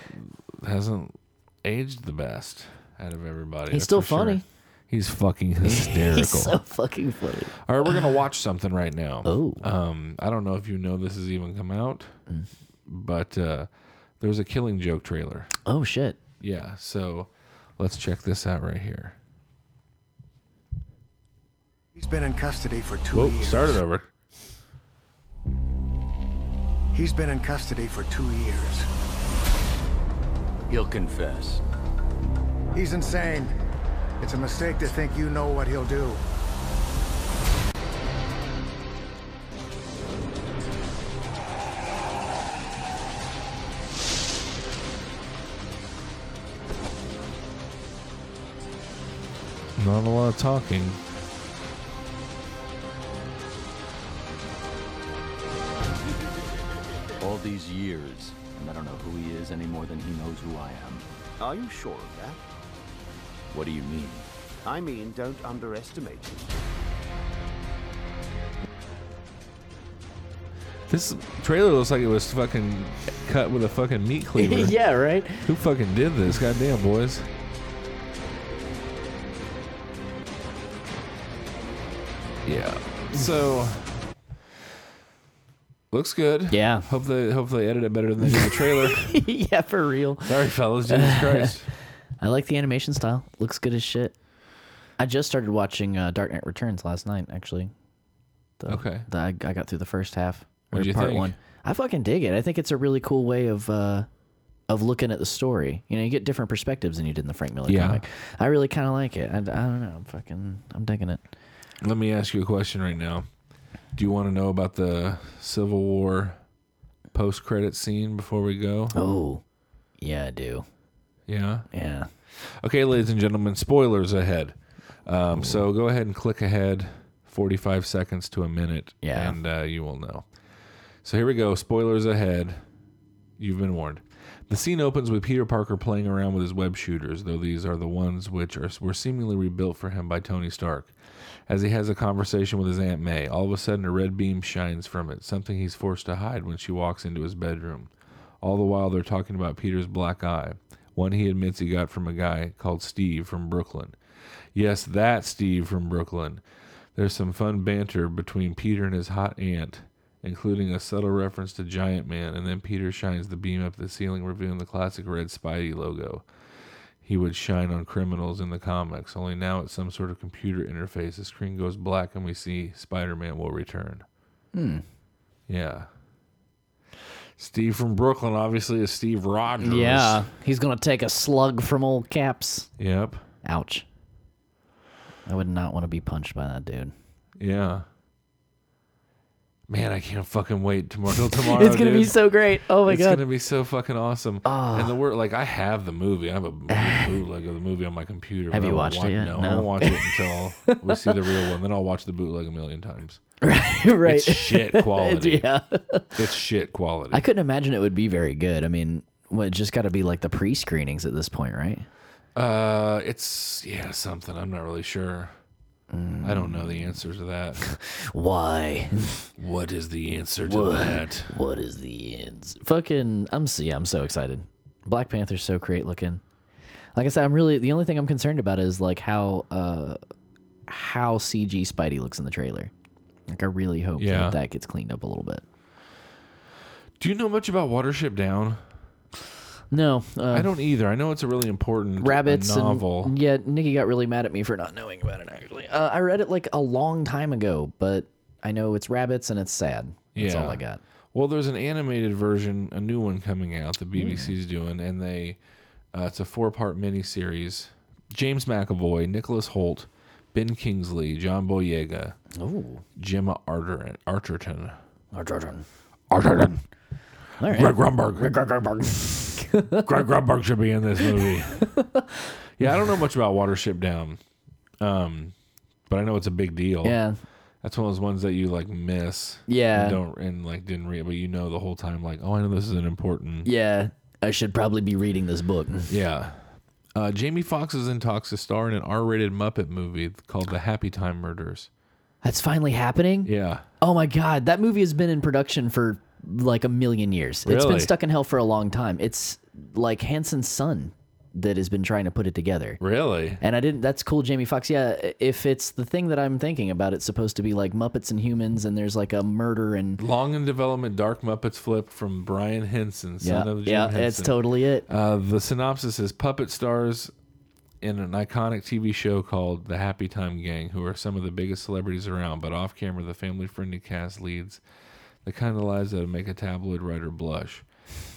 S1: hasn't aged the best out of everybody.
S2: He's
S1: that's
S2: still
S1: for sure.
S2: funny.
S1: He's fucking hysterical.
S2: <laughs> He's so fucking funny.
S1: All right, we're gonna watch something right now.
S2: Oh. Mm.
S1: um, I don't know if you know this has even come out, but uh, there's a Killing Joke trailer.
S2: Oh shit.
S1: Yeah, so let's check this out right here.
S9: He's been in custody for two
S1: Whoa,
S9: years.
S1: started over.
S9: He's been in custody for two years.
S7: He'll confess.
S9: He's insane. It's a mistake to think you know what he'll do.
S1: Not a lot of talking.
S7: All these years, and I don't know who he is any more than he knows who I am. Are you sure of that? What do you mean?
S10: I mean, don't underestimate him.
S1: This trailer looks like it was fucking cut with a fucking <laughs> meat cleaver.
S2: <laughs> yeah, right.
S1: Who fucking did this? Goddamn, boys. Yeah. So looks good.
S2: Yeah.
S1: Hope they hope they edit it better than they did the <laughs> trailer.
S2: <laughs> yeah, for real.
S1: Sorry, fellas. <laughs> Jesus Christ.
S2: I like the animation style. Looks good as shit. I just started watching uh, Dark Knight Returns last night, actually. The-
S1: Okay.
S2: the- I, I got through the first half. or
S1: What'd you
S2: part
S1: think?
S2: one. I fucking dig it. I think it's a really cool way of uh, of looking at the story. You know, you get different perspectives than you did in the Frank Miller
S1: Yeah.
S2: comic. I really kind of like it. I, I don't know. I'm fucking. I'm digging it.
S1: Let me ask you a question right now. Do you want to know about the Civil War post credit scene before we go?
S2: Oh, yeah, I do.
S1: Yeah.
S2: Yeah.
S1: Okay, ladies and gentlemen, spoilers ahead. Um, so go ahead and click ahead 45 seconds to a minute,
S2: Yeah.
S1: and uh, you will know. So here we go. Spoilers ahead. You've been warned. The scene opens with Peter Parker playing around with his web shooters, though these are the ones which are, were seemingly rebuilt for him by Tony Stark. As he has a conversation with his Aunt May, all of a sudden a red beam shines from it, something he's forced to hide when she walks into his bedroom. All the while, they're talking about Peter's black eye, one he admits he got from a guy called Steve from Brooklyn. Yes, that Steve from Brooklyn. There's some fun banter between Peter and his hot aunt, including a subtle reference to Giant Man, and then Peter shines the beam up the ceiling, revealing the classic red Spidey logo he would shine on criminals in the comics, only now it's some sort of computer interface. The screen goes black, and we see Spider Man will return.
S2: Hmm.
S1: Yeah. Steve from Brooklyn, obviously, is Steve Rogers.
S2: Yeah, he's gonna take a slug from old Caps.
S1: Yep.
S2: Ouch. I would not want to be punched by that dude.
S1: Yeah. Man, I can't fucking wait tomorrow
S2: <laughs>
S1: till tomorrow.
S2: it's gonna be
S1: dude.
S2: so Ah. great. Oh my
S1: it's
S2: god.
S1: gonna be so fucking awesome. and the word like I have the movie. I have a
S2: <sighs>
S1: bootleg of the movie on my computer.
S2: Have
S1: but I
S2: you
S1: won't
S2: watched it
S1: watch-
S2: yet?
S1: No,
S2: No.
S1: I won't watch it
S2: <laughs>
S1: until we see the real one. Then I'll watch the bootleg a million times.
S2: <laughs> right.
S1: It's shit quality.
S2: <laughs> yeah.
S1: It's shit quality.
S2: I couldn't imagine it would be very good. I mean, well, it just got to be like the pre-screenings at this point, right?
S1: Uh, it's yeah something. I'm not really sure. I don't know the answer to
S2: <laughs>
S1: that.
S2: Why?
S1: what is the answer to that?
S2: What is the ends? Fucking, I'm so yeah, I'm so excited. Black Panther's so great looking. Like I said, I'm really the only thing I'm concerned about is like how uh how CG Spidey looks in the trailer. Like I really hope
S1: Yeah.
S2: that that gets cleaned up a little bit.
S1: Do you know much about Watership Down?
S2: No, uh,
S1: I don't either. I know it's a really important
S2: rabbits
S1: uh, novel.
S2: And, yeah, Nikki got really mad at me for not knowing about it. Actually, uh, I read it like a long time ago, but I know it's rabbits and it's sad. That's all
S1: Yeah.
S2: I got.
S1: Well, there's an animated version, a new one coming out. The BBC's doing, and they uh, it's a four part miniseries. James McAvoy, Nicholas Holt, Ben Kingsley, John Boyega,
S2: Oh,
S1: Gemma Arter- Arterton,
S2: Arterton. All right.
S1: Greg Grumberg. Greg <laughs> Grumberg should be in this <laughs> movie. yeah, I don't know much about Watership Down, um, but I know it's a big deal.
S2: Yeah,
S1: That's one of those ones that you like miss.
S2: Yeah.
S1: And don't and like didn't read, but you know the whole time like, oh, I know this is an important.
S2: yeah. I should probably be reading this book.
S1: Yeah. Uh, Jamie Foxx is in talks to star in an R-rated Muppet movie called The Happy Time Murders.
S2: That's finally happening.
S1: Yeah.
S2: Oh my god, that movie has been in production for like a million years. It's
S1: Really?
S2: been stuck in hell for a long time. It's like Hanson's son that has been trying to put it together.
S1: Really?
S2: And I didn't. That's cool, Jamie Foxx. Yeah, if it's the thing that I'm thinking about, it's supposed to be like Muppets and Humans, and there's like a murder and
S1: Long in development, Dark Muppets flip from Brian Henson,
S2: yeah,
S1: son of Jim
S2: yeah,
S1: Henson.
S2: it's totally it.
S1: Uh, the synopsis is Puppet stars in an iconic TV show called The Happy Time Gang, who are some of the biggest celebrities around, but off camera, the family friendly cast leads the kind of lives that would make a tabloid writer blush.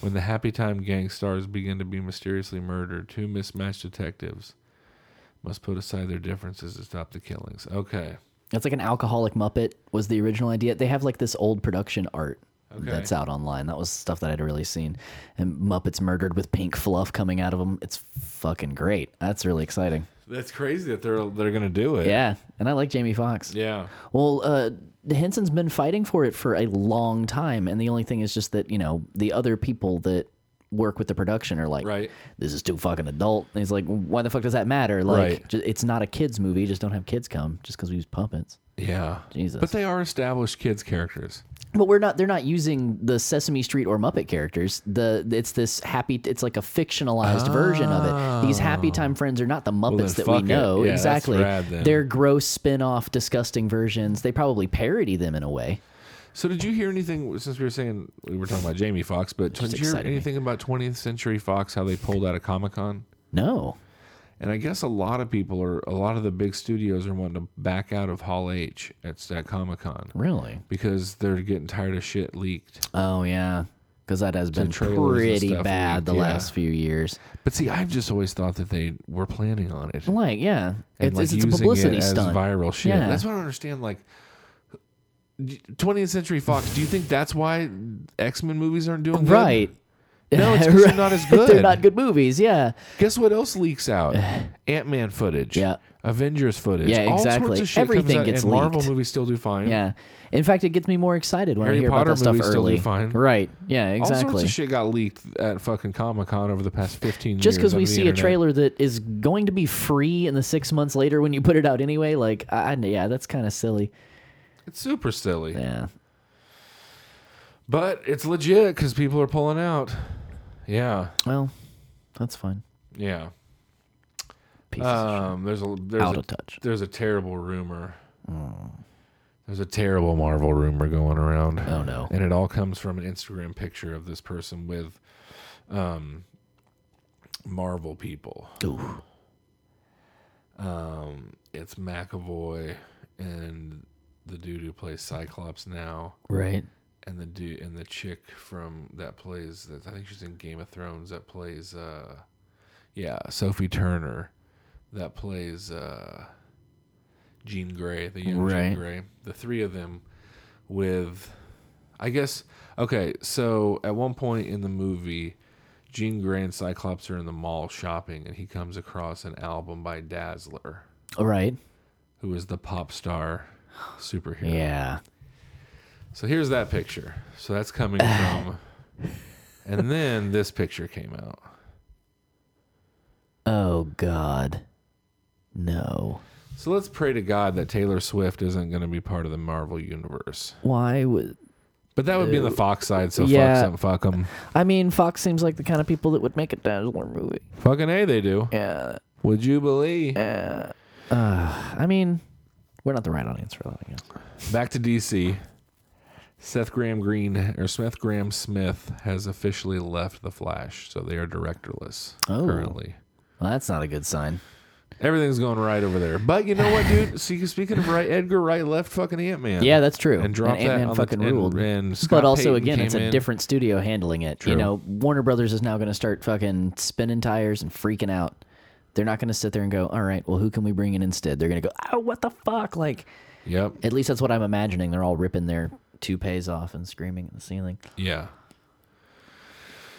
S1: When the Happy Time Gang stars begin to be mysteriously murdered, two mismatched detectives must put aside their differences to stop the killings. Okay.
S2: It's like an alcoholic Muppet was the original idea. They have like this old production art that's out online. That was stuff that I'd really seen. And Muppets murdered with pink fluff coming out of them. It's fucking great. That's really exciting.
S1: That's crazy that they're they're gonna do it.
S2: Yeah, and I like Jamie Foxx.
S1: Yeah.
S2: Well, uh, Henson's been fighting for it for a long time, and the only thing is just that you know the other people that work with the production are like,
S1: Right.
S2: "This is too fucking adult." And he's like, "Why the fuck does that matter? Like,
S1: Right.
S2: ju- it's not a kids movie. Just don't have kids come just because we use puppets."
S1: Yeah.
S2: Jesus.
S1: But they are established kids characters.
S2: But we're not. They're not using the Sesame Street or Muppet characters. The it's this happy. It's like a fictionalized version of it. These Happy Time friends are not the
S1: Ah. then
S2: Muppets that
S1: fuck
S2: we
S1: it.
S2: know
S1: Yeah, that's
S2: exactly.
S1: rad then.
S2: they're gross spin-off, disgusting versions. They probably parody them in a way.
S1: So did you hear anything since we were saying we were talking about Jamie Foxx, but did you hear
S2: excited me.
S1: anything about 20th Century Fox how they pulled out of Comic Con?
S2: No.
S1: And I guess a lot of people are a lot of the big studios are wanting to back out of Hall H at, at Comic Con
S2: Really?
S1: because they're getting tired of shit leaked.
S2: Oh yeah, because that has been
S1: trailers and
S2: pretty
S1: stuff
S2: bad
S1: leaked,
S2: the
S1: yeah.
S2: last few years.
S1: But see, I've just always thought that they were planning on it.
S2: Like yeah,
S1: and
S2: it's,
S1: like
S2: it's,
S1: using
S2: a publicity
S1: it as
S2: stunt.
S1: viral shit.
S2: Yeah.
S1: That's what I don't understand. Like, d- 20th Century Fox. Do you think that's why X Men movies aren't doing good?
S2: right.
S1: No, it's
S2: <laughs>
S1: 'cause they're not as good.
S2: they're not good movies. Yeah.
S1: Guess what else leaks
S2: <sighs>
S1: out? Ant Man footage.
S2: Yeah.
S1: Avengers footage.
S2: Yeah,
S1: All sorts
S2: exactly.
S1: of shit comes
S2: Everything
S1: out,
S2: gets
S1: and Marvel
S2: leaked.
S1: movies still do fine.
S2: Yeah. In fact, it gets me more excited when I
S1: Harry
S2: hear
S1: Potter
S2: about that stuff
S1: movies still do
S2: early.
S1: fine.
S2: Right. Yeah. Exactly.
S1: All sorts of shit got leaked at fucking Comic Con over the past fifteen years.
S2: just because we
S1: on the
S2: see
S1: internet.
S2: a trailer that is going to be free in the six months later when you put it out anyway like I, I- yeah that's kind of silly
S1: it's super silly.
S2: yeah
S1: But it's legit because people are pulling out. Yeah,
S2: well that's fine
S1: yeah.
S2: Pieces of shit.
S1: Um, there's a there's
S2: Out
S1: a,
S2: of Mm. touch.
S1: There's a terrible rumor. There's a terrible Marvel rumor going around.
S2: Oh, no.
S1: And it all comes from an Instagram picture of this person with, um, Marvel people.
S2: Ooh.
S1: Um, it's McAvoy and the dude who plays Cyclops now,
S2: right
S1: and the dude and the chick from that plays that I think she's in Game of Thrones that plays uh, yeah, Sophie Turner that plays uh, Jean Grey, the young Jean
S2: Right.
S1: Grey. The three of them with, I guess, okay. So at one point in the movie. Jean Grey and Cyclops are in the mall shopping, and he comes across an album by Dazzler
S2: all right
S1: who is the pop star superhero.
S2: yeah
S1: So here's that picture. So that's coming
S2: <laughs>
S1: from. and then this picture came out.
S2: oh god no
S1: So let's pray to God that Taylor Swift isn't going to be part of the Marvel universe.
S2: why would
S1: But that would be in the Fox side, so
S2: Uh, Yeah.
S1: fuck some, fuck them.
S2: i mean fox seems like the kind of people that would make a dazzler movie
S1: Fucking A, they do.
S2: yeah
S1: Would you believe?
S2: Uh, i mean we're not the right audience for that i guess
S1: Back to DC. Seth Graham Green or Seth Graham Smith has officially left The Flash, so they are directorless
S2: Oh.
S1: currently.
S2: well that's not a good sign
S1: Everything's going right over there. But you know what, dude? See, speaking of right, Edgar Wright left fucking Ant Man.
S2: Yeah, that's true.
S1: And dropped that
S2: Ant-Man
S1: on
S2: fucking
S1: the, and-
S2: ruled.
S1: And, Scott
S2: but also,
S1: Payton
S2: again, it's
S1: came
S2: a
S1: in.
S2: different studio handling it.
S1: True.
S2: You know, Warner Brothers is now going to start fucking spinning tires and freaking out. They're not going to sit there and go, "All right, well, who can we bring in instead?" They're going to go, "Oh, what the fuck!" Like,
S1: Yep.
S2: at least that's what I'm imagining. They're all ripping their toupees off and screaming at the ceiling.
S1: Yeah.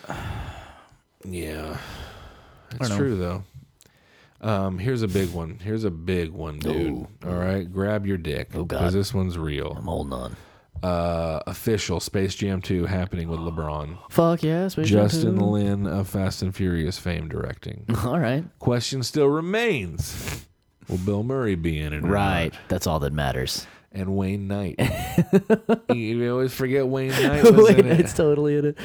S1: <sighs> Yeah. It's
S2: don't know.
S1: true though. Um, here's a big one. Here's a big one, dude. All right, grab your dick because
S2: Oh, God.
S1: this one's real.
S2: I'm holding on.
S1: Uh, official Space Jam 2 happening with LeBron.
S2: Fuck yes, we should
S1: Justin
S2: do.
S1: Lin of Fast and Furious fame
S2: <laughs>
S1: directing.
S2: All right,
S1: Question still remains: Will Bill Murray be in it? or not?
S2: right. That's all
S1: <laughs>
S2: that matters.
S1: and Wayne
S2: <laughs>
S1: Knight. you, you always forget Wayne Knight was in it.
S2: it's totally in it.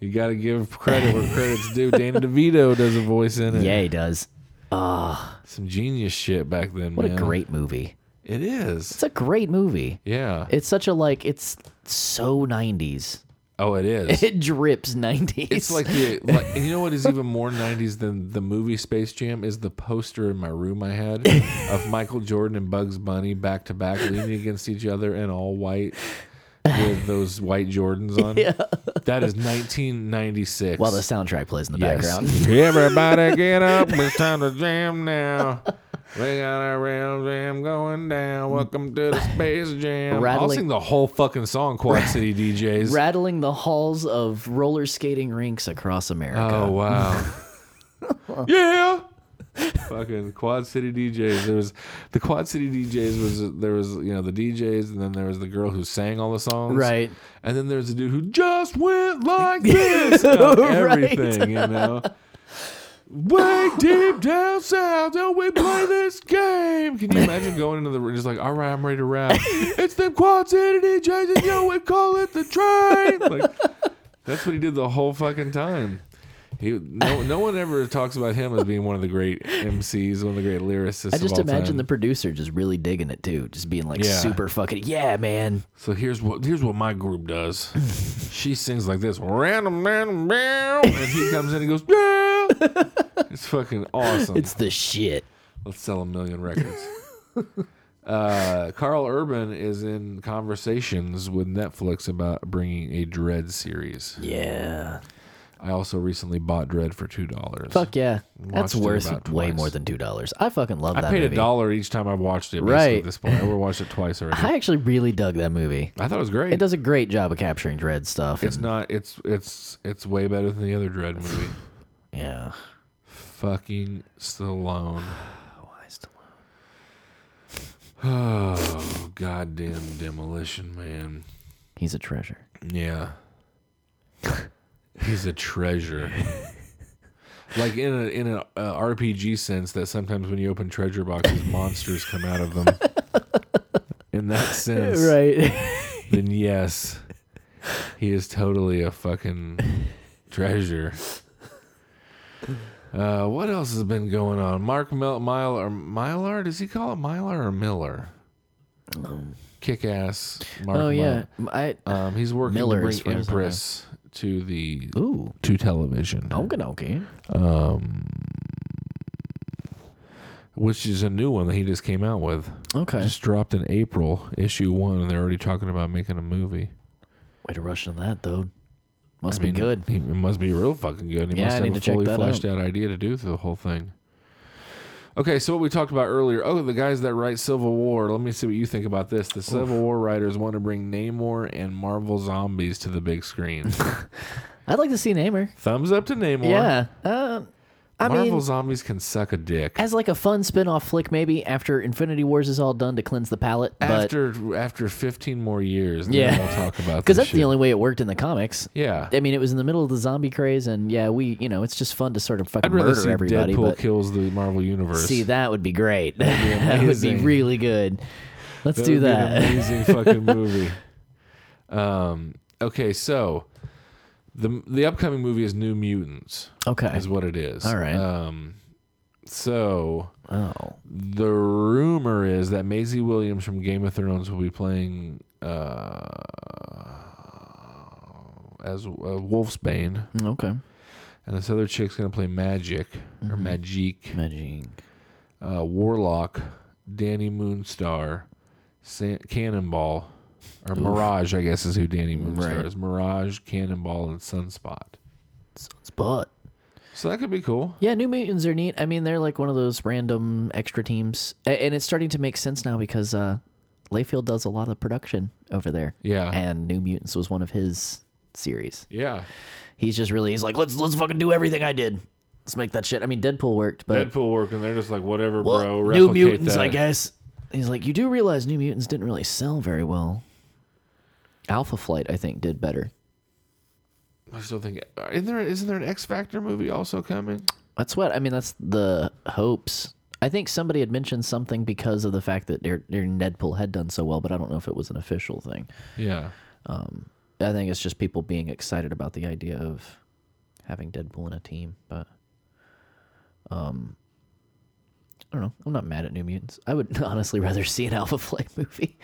S1: You got to give credit where credit's due.
S2: <laughs>
S1: Danny DeVito does a voice in it.
S2: Yeah, he does. Ah,
S1: Some genius shit back then,
S2: What
S1: man.
S2: a great movie.
S1: It is.
S2: It's a great movie.
S1: Yeah.
S2: It's such a like. It's so 90s.
S1: oh, it is.
S2: <laughs> It drips 90s.
S1: it's like the like, and you know what is even more 90s than the movie Space Jam is the poster in my room I had of Michael Jordan and Bugs Bunny back to back leaning against each other in all white with those white Jordans on. Yeah. That is 1996.
S2: while the soundtrack plays in
S1: <laughs>
S2: the background.
S1: Everybody get up. It's time to jam now. We got a real jam going down. Welcome to the Space Jam. I'll
S2: Rattling-
S1: sing the whole fucking song, Quad City DJs.
S2: Rattling the halls of roller skating rinks across America.
S1: oh, wow. Oh,
S2: <laughs>
S1: yeah. fucking Quad City DJs. There was the Quad City DJs was there was you know the DJs and then there was the girl who sang all the songs.
S2: Right.
S1: And then there's a dude who just went
S2: <laughs>
S1: like this. about everything, you know. Way deep down south, don't we play this game? Can you imagine going into the room just like, all right, I'm ready to
S2: <laughs>
S1: rap. it's them Quad City DJs, and yo, we call it the train. Like, that's what he did the whole fucking time. He no, no one ever talks about him as being one of the great MCs, one of the great lyricists.
S2: I just
S1: of all
S2: imagine
S1: time.
S2: the producer just really digging it too, just being like
S1: Yeah.
S2: super fucking yeah, man.
S1: So here's what here's what my group does.
S2: <laughs>
S1: she sings like this, random random random, and he comes in and goes,
S2: <laughs>
S1: yeah. It's fucking awesome.
S2: It's the shit.
S1: Let's sell a million records. uh, Carl Urban is in conversations with Netflix about bringing a Dread series.
S2: Yeah.
S1: I also recently bought Dread for two dollars.
S2: Fuck yeah,
S1: Watched
S2: that's
S1: it
S2: worth
S1: about
S2: way
S1: twice.
S2: more than two dollars. I fucking love
S1: I
S2: that.
S1: paid
S2: movie.
S1: a dollar each time I watched it. basically,
S2: Right.
S1: at this point, I watched it twice already.
S2: <laughs> I actually really dug that movie.
S1: I thought it was great.
S2: It does a great job of capturing dread stuff.
S1: It's
S2: and-
S1: not. It's it's it's way better than the other Dread movie.
S2: yeah.
S1: Fucking Stallone. <sighs>
S2: Why Stallone?
S1: Oh goddamn demolition man.
S2: He's a
S1: <laughs>
S2: treasure. <laughs>
S1: Yeah. He's a treasure. like in a in a uh, RPG sense that sometimes when you open treasure boxes monsters come out of
S2: <laughs>
S1: them. In that sense. <laughs>
S2: Right.
S1: Then yes. He is totally a fucking treasure. Uh, what else has been going on? Mark Mil- Mile or Mylar? Does he call it Mylar or Miller? Kick ass. Mark
S2: oh
S1: Mil-
S2: yeah. I.
S1: um, he's working
S2: Miller
S1: to
S2: is
S1: bring
S2: what his name
S1: Empress to the
S2: Ooh.
S1: to television, Um,
S2: Okay. Okay.
S1: which is a new one that he just came out with.
S2: Okay.
S1: Just dropped in April, issue one, and they're already talking about making a movie.
S2: Way to rush into that though. Must
S1: I mean,
S2: be good.
S1: He, it must be real fucking good. He
S2: Yeah,
S1: must
S2: I
S1: have
S2: need
S1: a
S2: to check
S1: fully
S2: that
S1: fleshed out idea to do the whole thing. Okay, so what we talked about earlier. Oh, the guys that write Civil War. Let me see what you think about this. The Civil War writers want to bring Namor and Marvel zombies to the big screen. <laughs>
S2: I'd like to see Namor.
S1: Thumbs up to Namor.
S2: Yeah. Um, I
S1: Marvel
S2: mean,
S1: zombies can suck a dick.
S2: as like a fun spin-off flick, maybe after Infinity Wars is all done to cleanse the palate. But
S1: after after 15 more years,
S2: Yeah.
S1: then we'll talk about
S2: <laughs> because
S1: because
S2: that's
S1: shit.
S2: the only way it worked in the comics.
S1: Yeah,
S2: I mean, it was in the middle of the zombie craze, and yeah, we, you know, it's just fun to sort of fucking
S1: I'd rather
S2: murder
S1: see
S2: everybody.
S1: Deadpool
S2: but
S1: kills the Marvel universe.
S2: see, that would
S1: <laughs>
S2: be great. <laughs> that would be
S1: amazing.
S2: really good. Let's
S1: That
S2: do
S1: would be an
S2: that.
S1: amazing fucking movie. Um. Okay, so the the upcoming movie is New Mutants.
S2: <laughs> Okay.
S1: Is what it is.
S2: All right.
S1: Um. So
S2: Oh,
S1: the rumor is that Maisie Williams from Game of Thrones will be playing uh as uh, Wolfsbane.
S2: Oh, okay.
S1: and this other chick's gonna play Magic or
S2: Mm-hmm.
S1: Magic,
S2: Imagine.
S1: uh, Warlock, Danny Moonstar, San- Cannonball, or Mirage. I guess is who Danny Moonstar
S2: Right.
S1: is. Mirage, Cannonball, and Sunspot.
S2: But
S1: So that could be cool.
S2: yeah, New Mutants are neat. I mean, they're like one of those random extra teams, A- and it's starting to make sense now because uh, Layfield does a lot of production over there.
S1: Yeah.
S2: and New Mutants was one of his series.
S1: Yeah,
S2: He's just really he's like let's let's fucking do everything I did. Let's make that shit. I mean, Deadpool worked, but
S1: Deadpool working. They're just like whatever,
S2: Well,
S1: bro.
S2: New
S1: replicate
S2: Mutants,
S1: that.
S2: I guess. He's like, you do realize New Mutants didn't really sell very well. Alpha Flight, I think, did better.
S1: I still think. uh, Isn't there? Isn't there an X Factor movie also coming?
S2: That's what I mean. That's the hopes. I think somebody had mentioned something because of the fact that their their Deadpool had done so well, but I don't know if it was an official thing.
S1: Yeah.
S2: I think it's just people being excited about the idea of having Deadpool in a team, but um I don't know. I'm not mad at New Mutants. I would <laughs> honestly rather see an Alpha Flight <laughs> movie.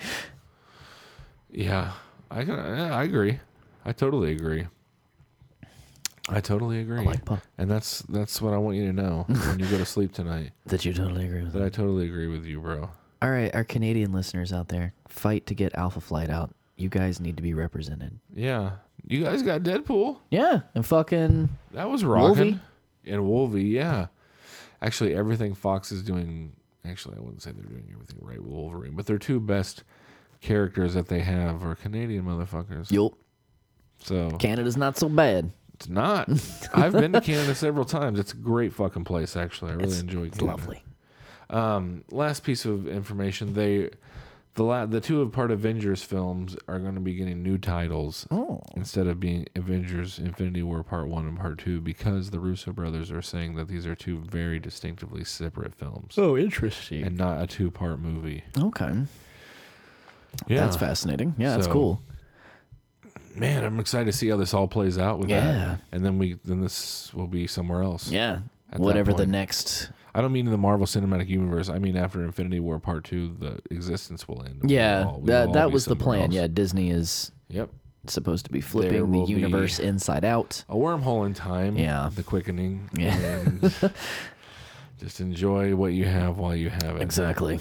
S1: Yeah. I can. yeah, I agree. I totally agree. I totally agree.
S2: like pop.
S1: and that's that's what I want you to know when you go to sleep tonight.
S2: That you totally agree with.
S1: That I totally agree with you, bro.
S2: All right, our Canadian listeners out there, fight to get Alpha Flight out. You guys need to be represented.
S1: Yeah, you guys got Deadpool.
S2: Yeah, and fucking
S1: That was rocking.
S2: Wolvie.
S1: And Wolvie, yeah. Actually, everything Fox is doing. Actually, I wouldn't say they're doing everything right with Wolverine, but their two best characters that they have are Canadian motherfuckers.
S2: yup.
S1: So
S2: Canada's not so bad.
S1: it's
S2: <laughs>
S1: not. I've been to Canada several times. It's a great fucking place. Actually, I really enjoy
S2: It's
S1: Canada.
S2: lovely.
S1: last piece of information they the la- the two of part avengers films are going to be getting new titles
S2: Oh.
S1: instead of being avengers infinity war part one and part two because the russo brothers are saying that these are two very distinctively separate films
S2: Oh, interesting.
S1: and not a two part movie
S2: Okay.
S1: yeah
S2: That's fascinating. Yeah, that's
S1: So-
S2: cool.
S1: man i'm excited to see how this all plays out with
S2: Yeah.
S1: that and then we then this will be somewhere else
S2: Yeah.
S1: At that
S2: Whatever the
S1: point.
S2: next
S1: i don't mean in the marvel cinematic universe i mean after infinity war part two the existence will end
S2: Yeah,
S1: We'll all- we will
S2: that
S1: all
S2: that
S1: be
S2: was the
S1: somewhere
S2: plan.
S1: else.
S2: Yeah, Disney is
S1: yep
S2: supposed to be
S1: There
S2: flipping
S1: will
S2: the
S1: be-
S2: universe inside out.
S1: a wormhole in time.
S2: Yeah.
S1: The quickening.
S2: Yeah. <laughs>
S1: And just enjoy what you have while you have it.
S2: Exactly.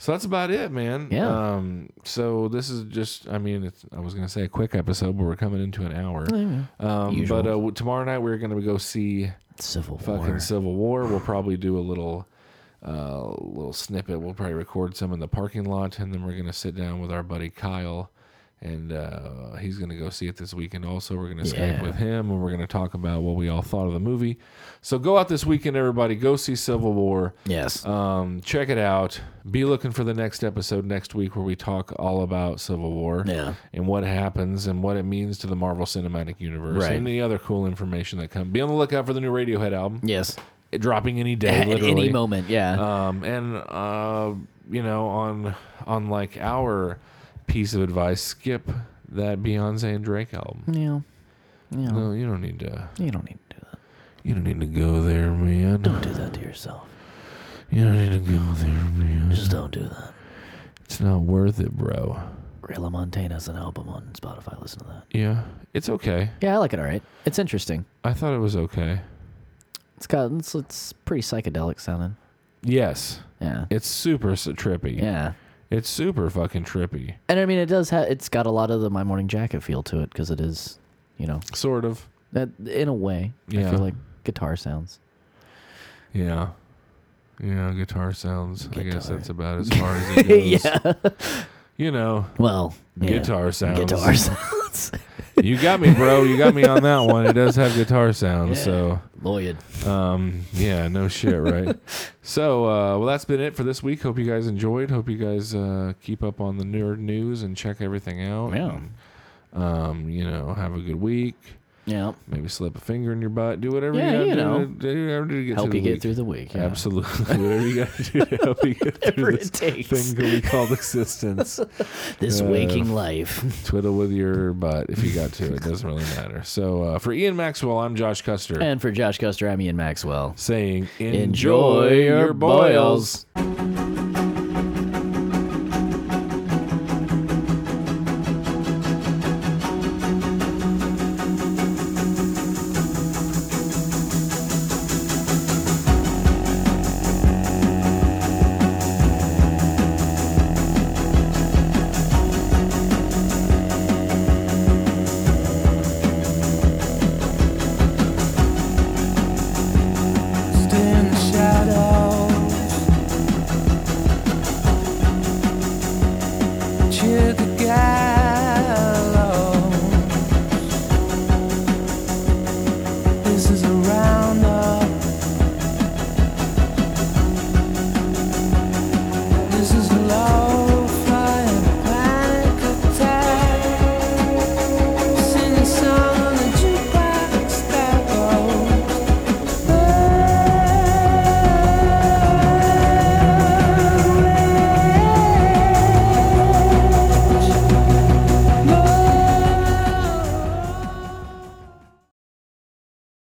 S1: So that's about it, man.
S2: Yeah.
S1: Um, so this is just, I mean, it's, I was going to say a quick episode, but we're coming into an hour. Um,
S2: Usual.
S1: but uh, w- tomorrow night we're going to go see
S2: Civil
S1: fucking
S2: War.
S1: Civil War. We'll probably do a little, uh, little snippet. We'll probably record some in the parking lot, and then we're going to sit down with our buddy Kyle, and uh, he's going to go see it this weekend. Also, we're going to Skype
S2: Yeah.
S1: with him, and we're going to talk about what we all thought of the movie. So go out this weekend, everybody. Go see Civil War.
S2: Yes.
S1: Um, check it out. Be looking for the next episode next week where we talk all about Civil War
S2: Yeah.
S1: and what happens and what it means to the Marvel Cinematic Universe
S2: Right.
S1: and any other cool information that comes. Be on the lookout for the new Radiohead album.
S2: yes.
S1: It dropping any day,
S2: At
S1: literally.
S2: any moment, yeah.
S1: Um, and uh, you know, on on like our piece of advice, skip that Beyonce and Drake album.
S2: yeah. Yeah.
S1: No, you don't need to.
S2: You don't need to do that.
S1: You don't need to go there, man.
S2: Don't do that to yourself.
S1: You don't need to go there, man.
S2: Just don't do that.
S1: It's not worth it, bro.
S2: Rayla Montana's an album on Spotify. Listen to that.
S1: Yeah, it's okay.
S2: Yeah, I like it all right. It's interesting.
S1: I thought it was okay.
S2: It's got it's, it's pretty psychedelic sounding.
S1: Yes,
S2: Yeah.
S1: it's super s- trippy.
S2: Yeah.
S1: it's super fucking trippy.
S2: And I mean, it does have it's got a lot of the My Morning Jacket feel to it because it is, you know,
S1: Sort of.
S2: that in a way. I
S1: Yeah.
S2: feel like guitar sounds.
S1: Yeah. Yeah, guitar sounds. I guess
S2: Guitar.
S1: that's about as far as it
S2: <laughs>
S1: goes.
S2: yeah.
S1: You know,
S2: Well, yeah.
S1: guitar sounds.
S2: Guitar sounds.
S1: You got me, bro. You got me on that one. It does have guitar
S2: <laughs>
S1: sounds. So,
S2: <laughs> Lloyd.
S1: um, yeah, no shit,
S2: <laughs>
S1: right? so, uh, well, that's been it for this week. Hope you guys enjoyed. Hope you guys uh, keep up on the nerd news and check everything out.
S2: Yeah.
S1: And, um, you know, have a good week.
S2: Yeah.
S1: Maybe slip a finger in your butt. Do whatever
S2: Yeah,
S1: you
S2: you
S1: gotta
S2: know.
S1: do, to- do whatever to get
S2: Help
S1: through
S2: you
S1: the
S2: get
S1: week.
S2: through the week. yeah.
S1: Absolutely. <laughs> Whatever you got to do to help you get
S2: <laughs> Whatever
S1: through
S2: it
S1: this
S2: takes.
S1: thing that we
S2: <laughs>
S1: call existence.
S2: This
S1: Uh,
S2: waking life.
S1: Twiddle with your butt if you got to. It doesn't really matter. So uh, for Ian Maxwell, I'm Josh Custer
S2: and for Josh Custer, I'm Ian Maxwell.
S1: saying
S2: Enjoy your boils.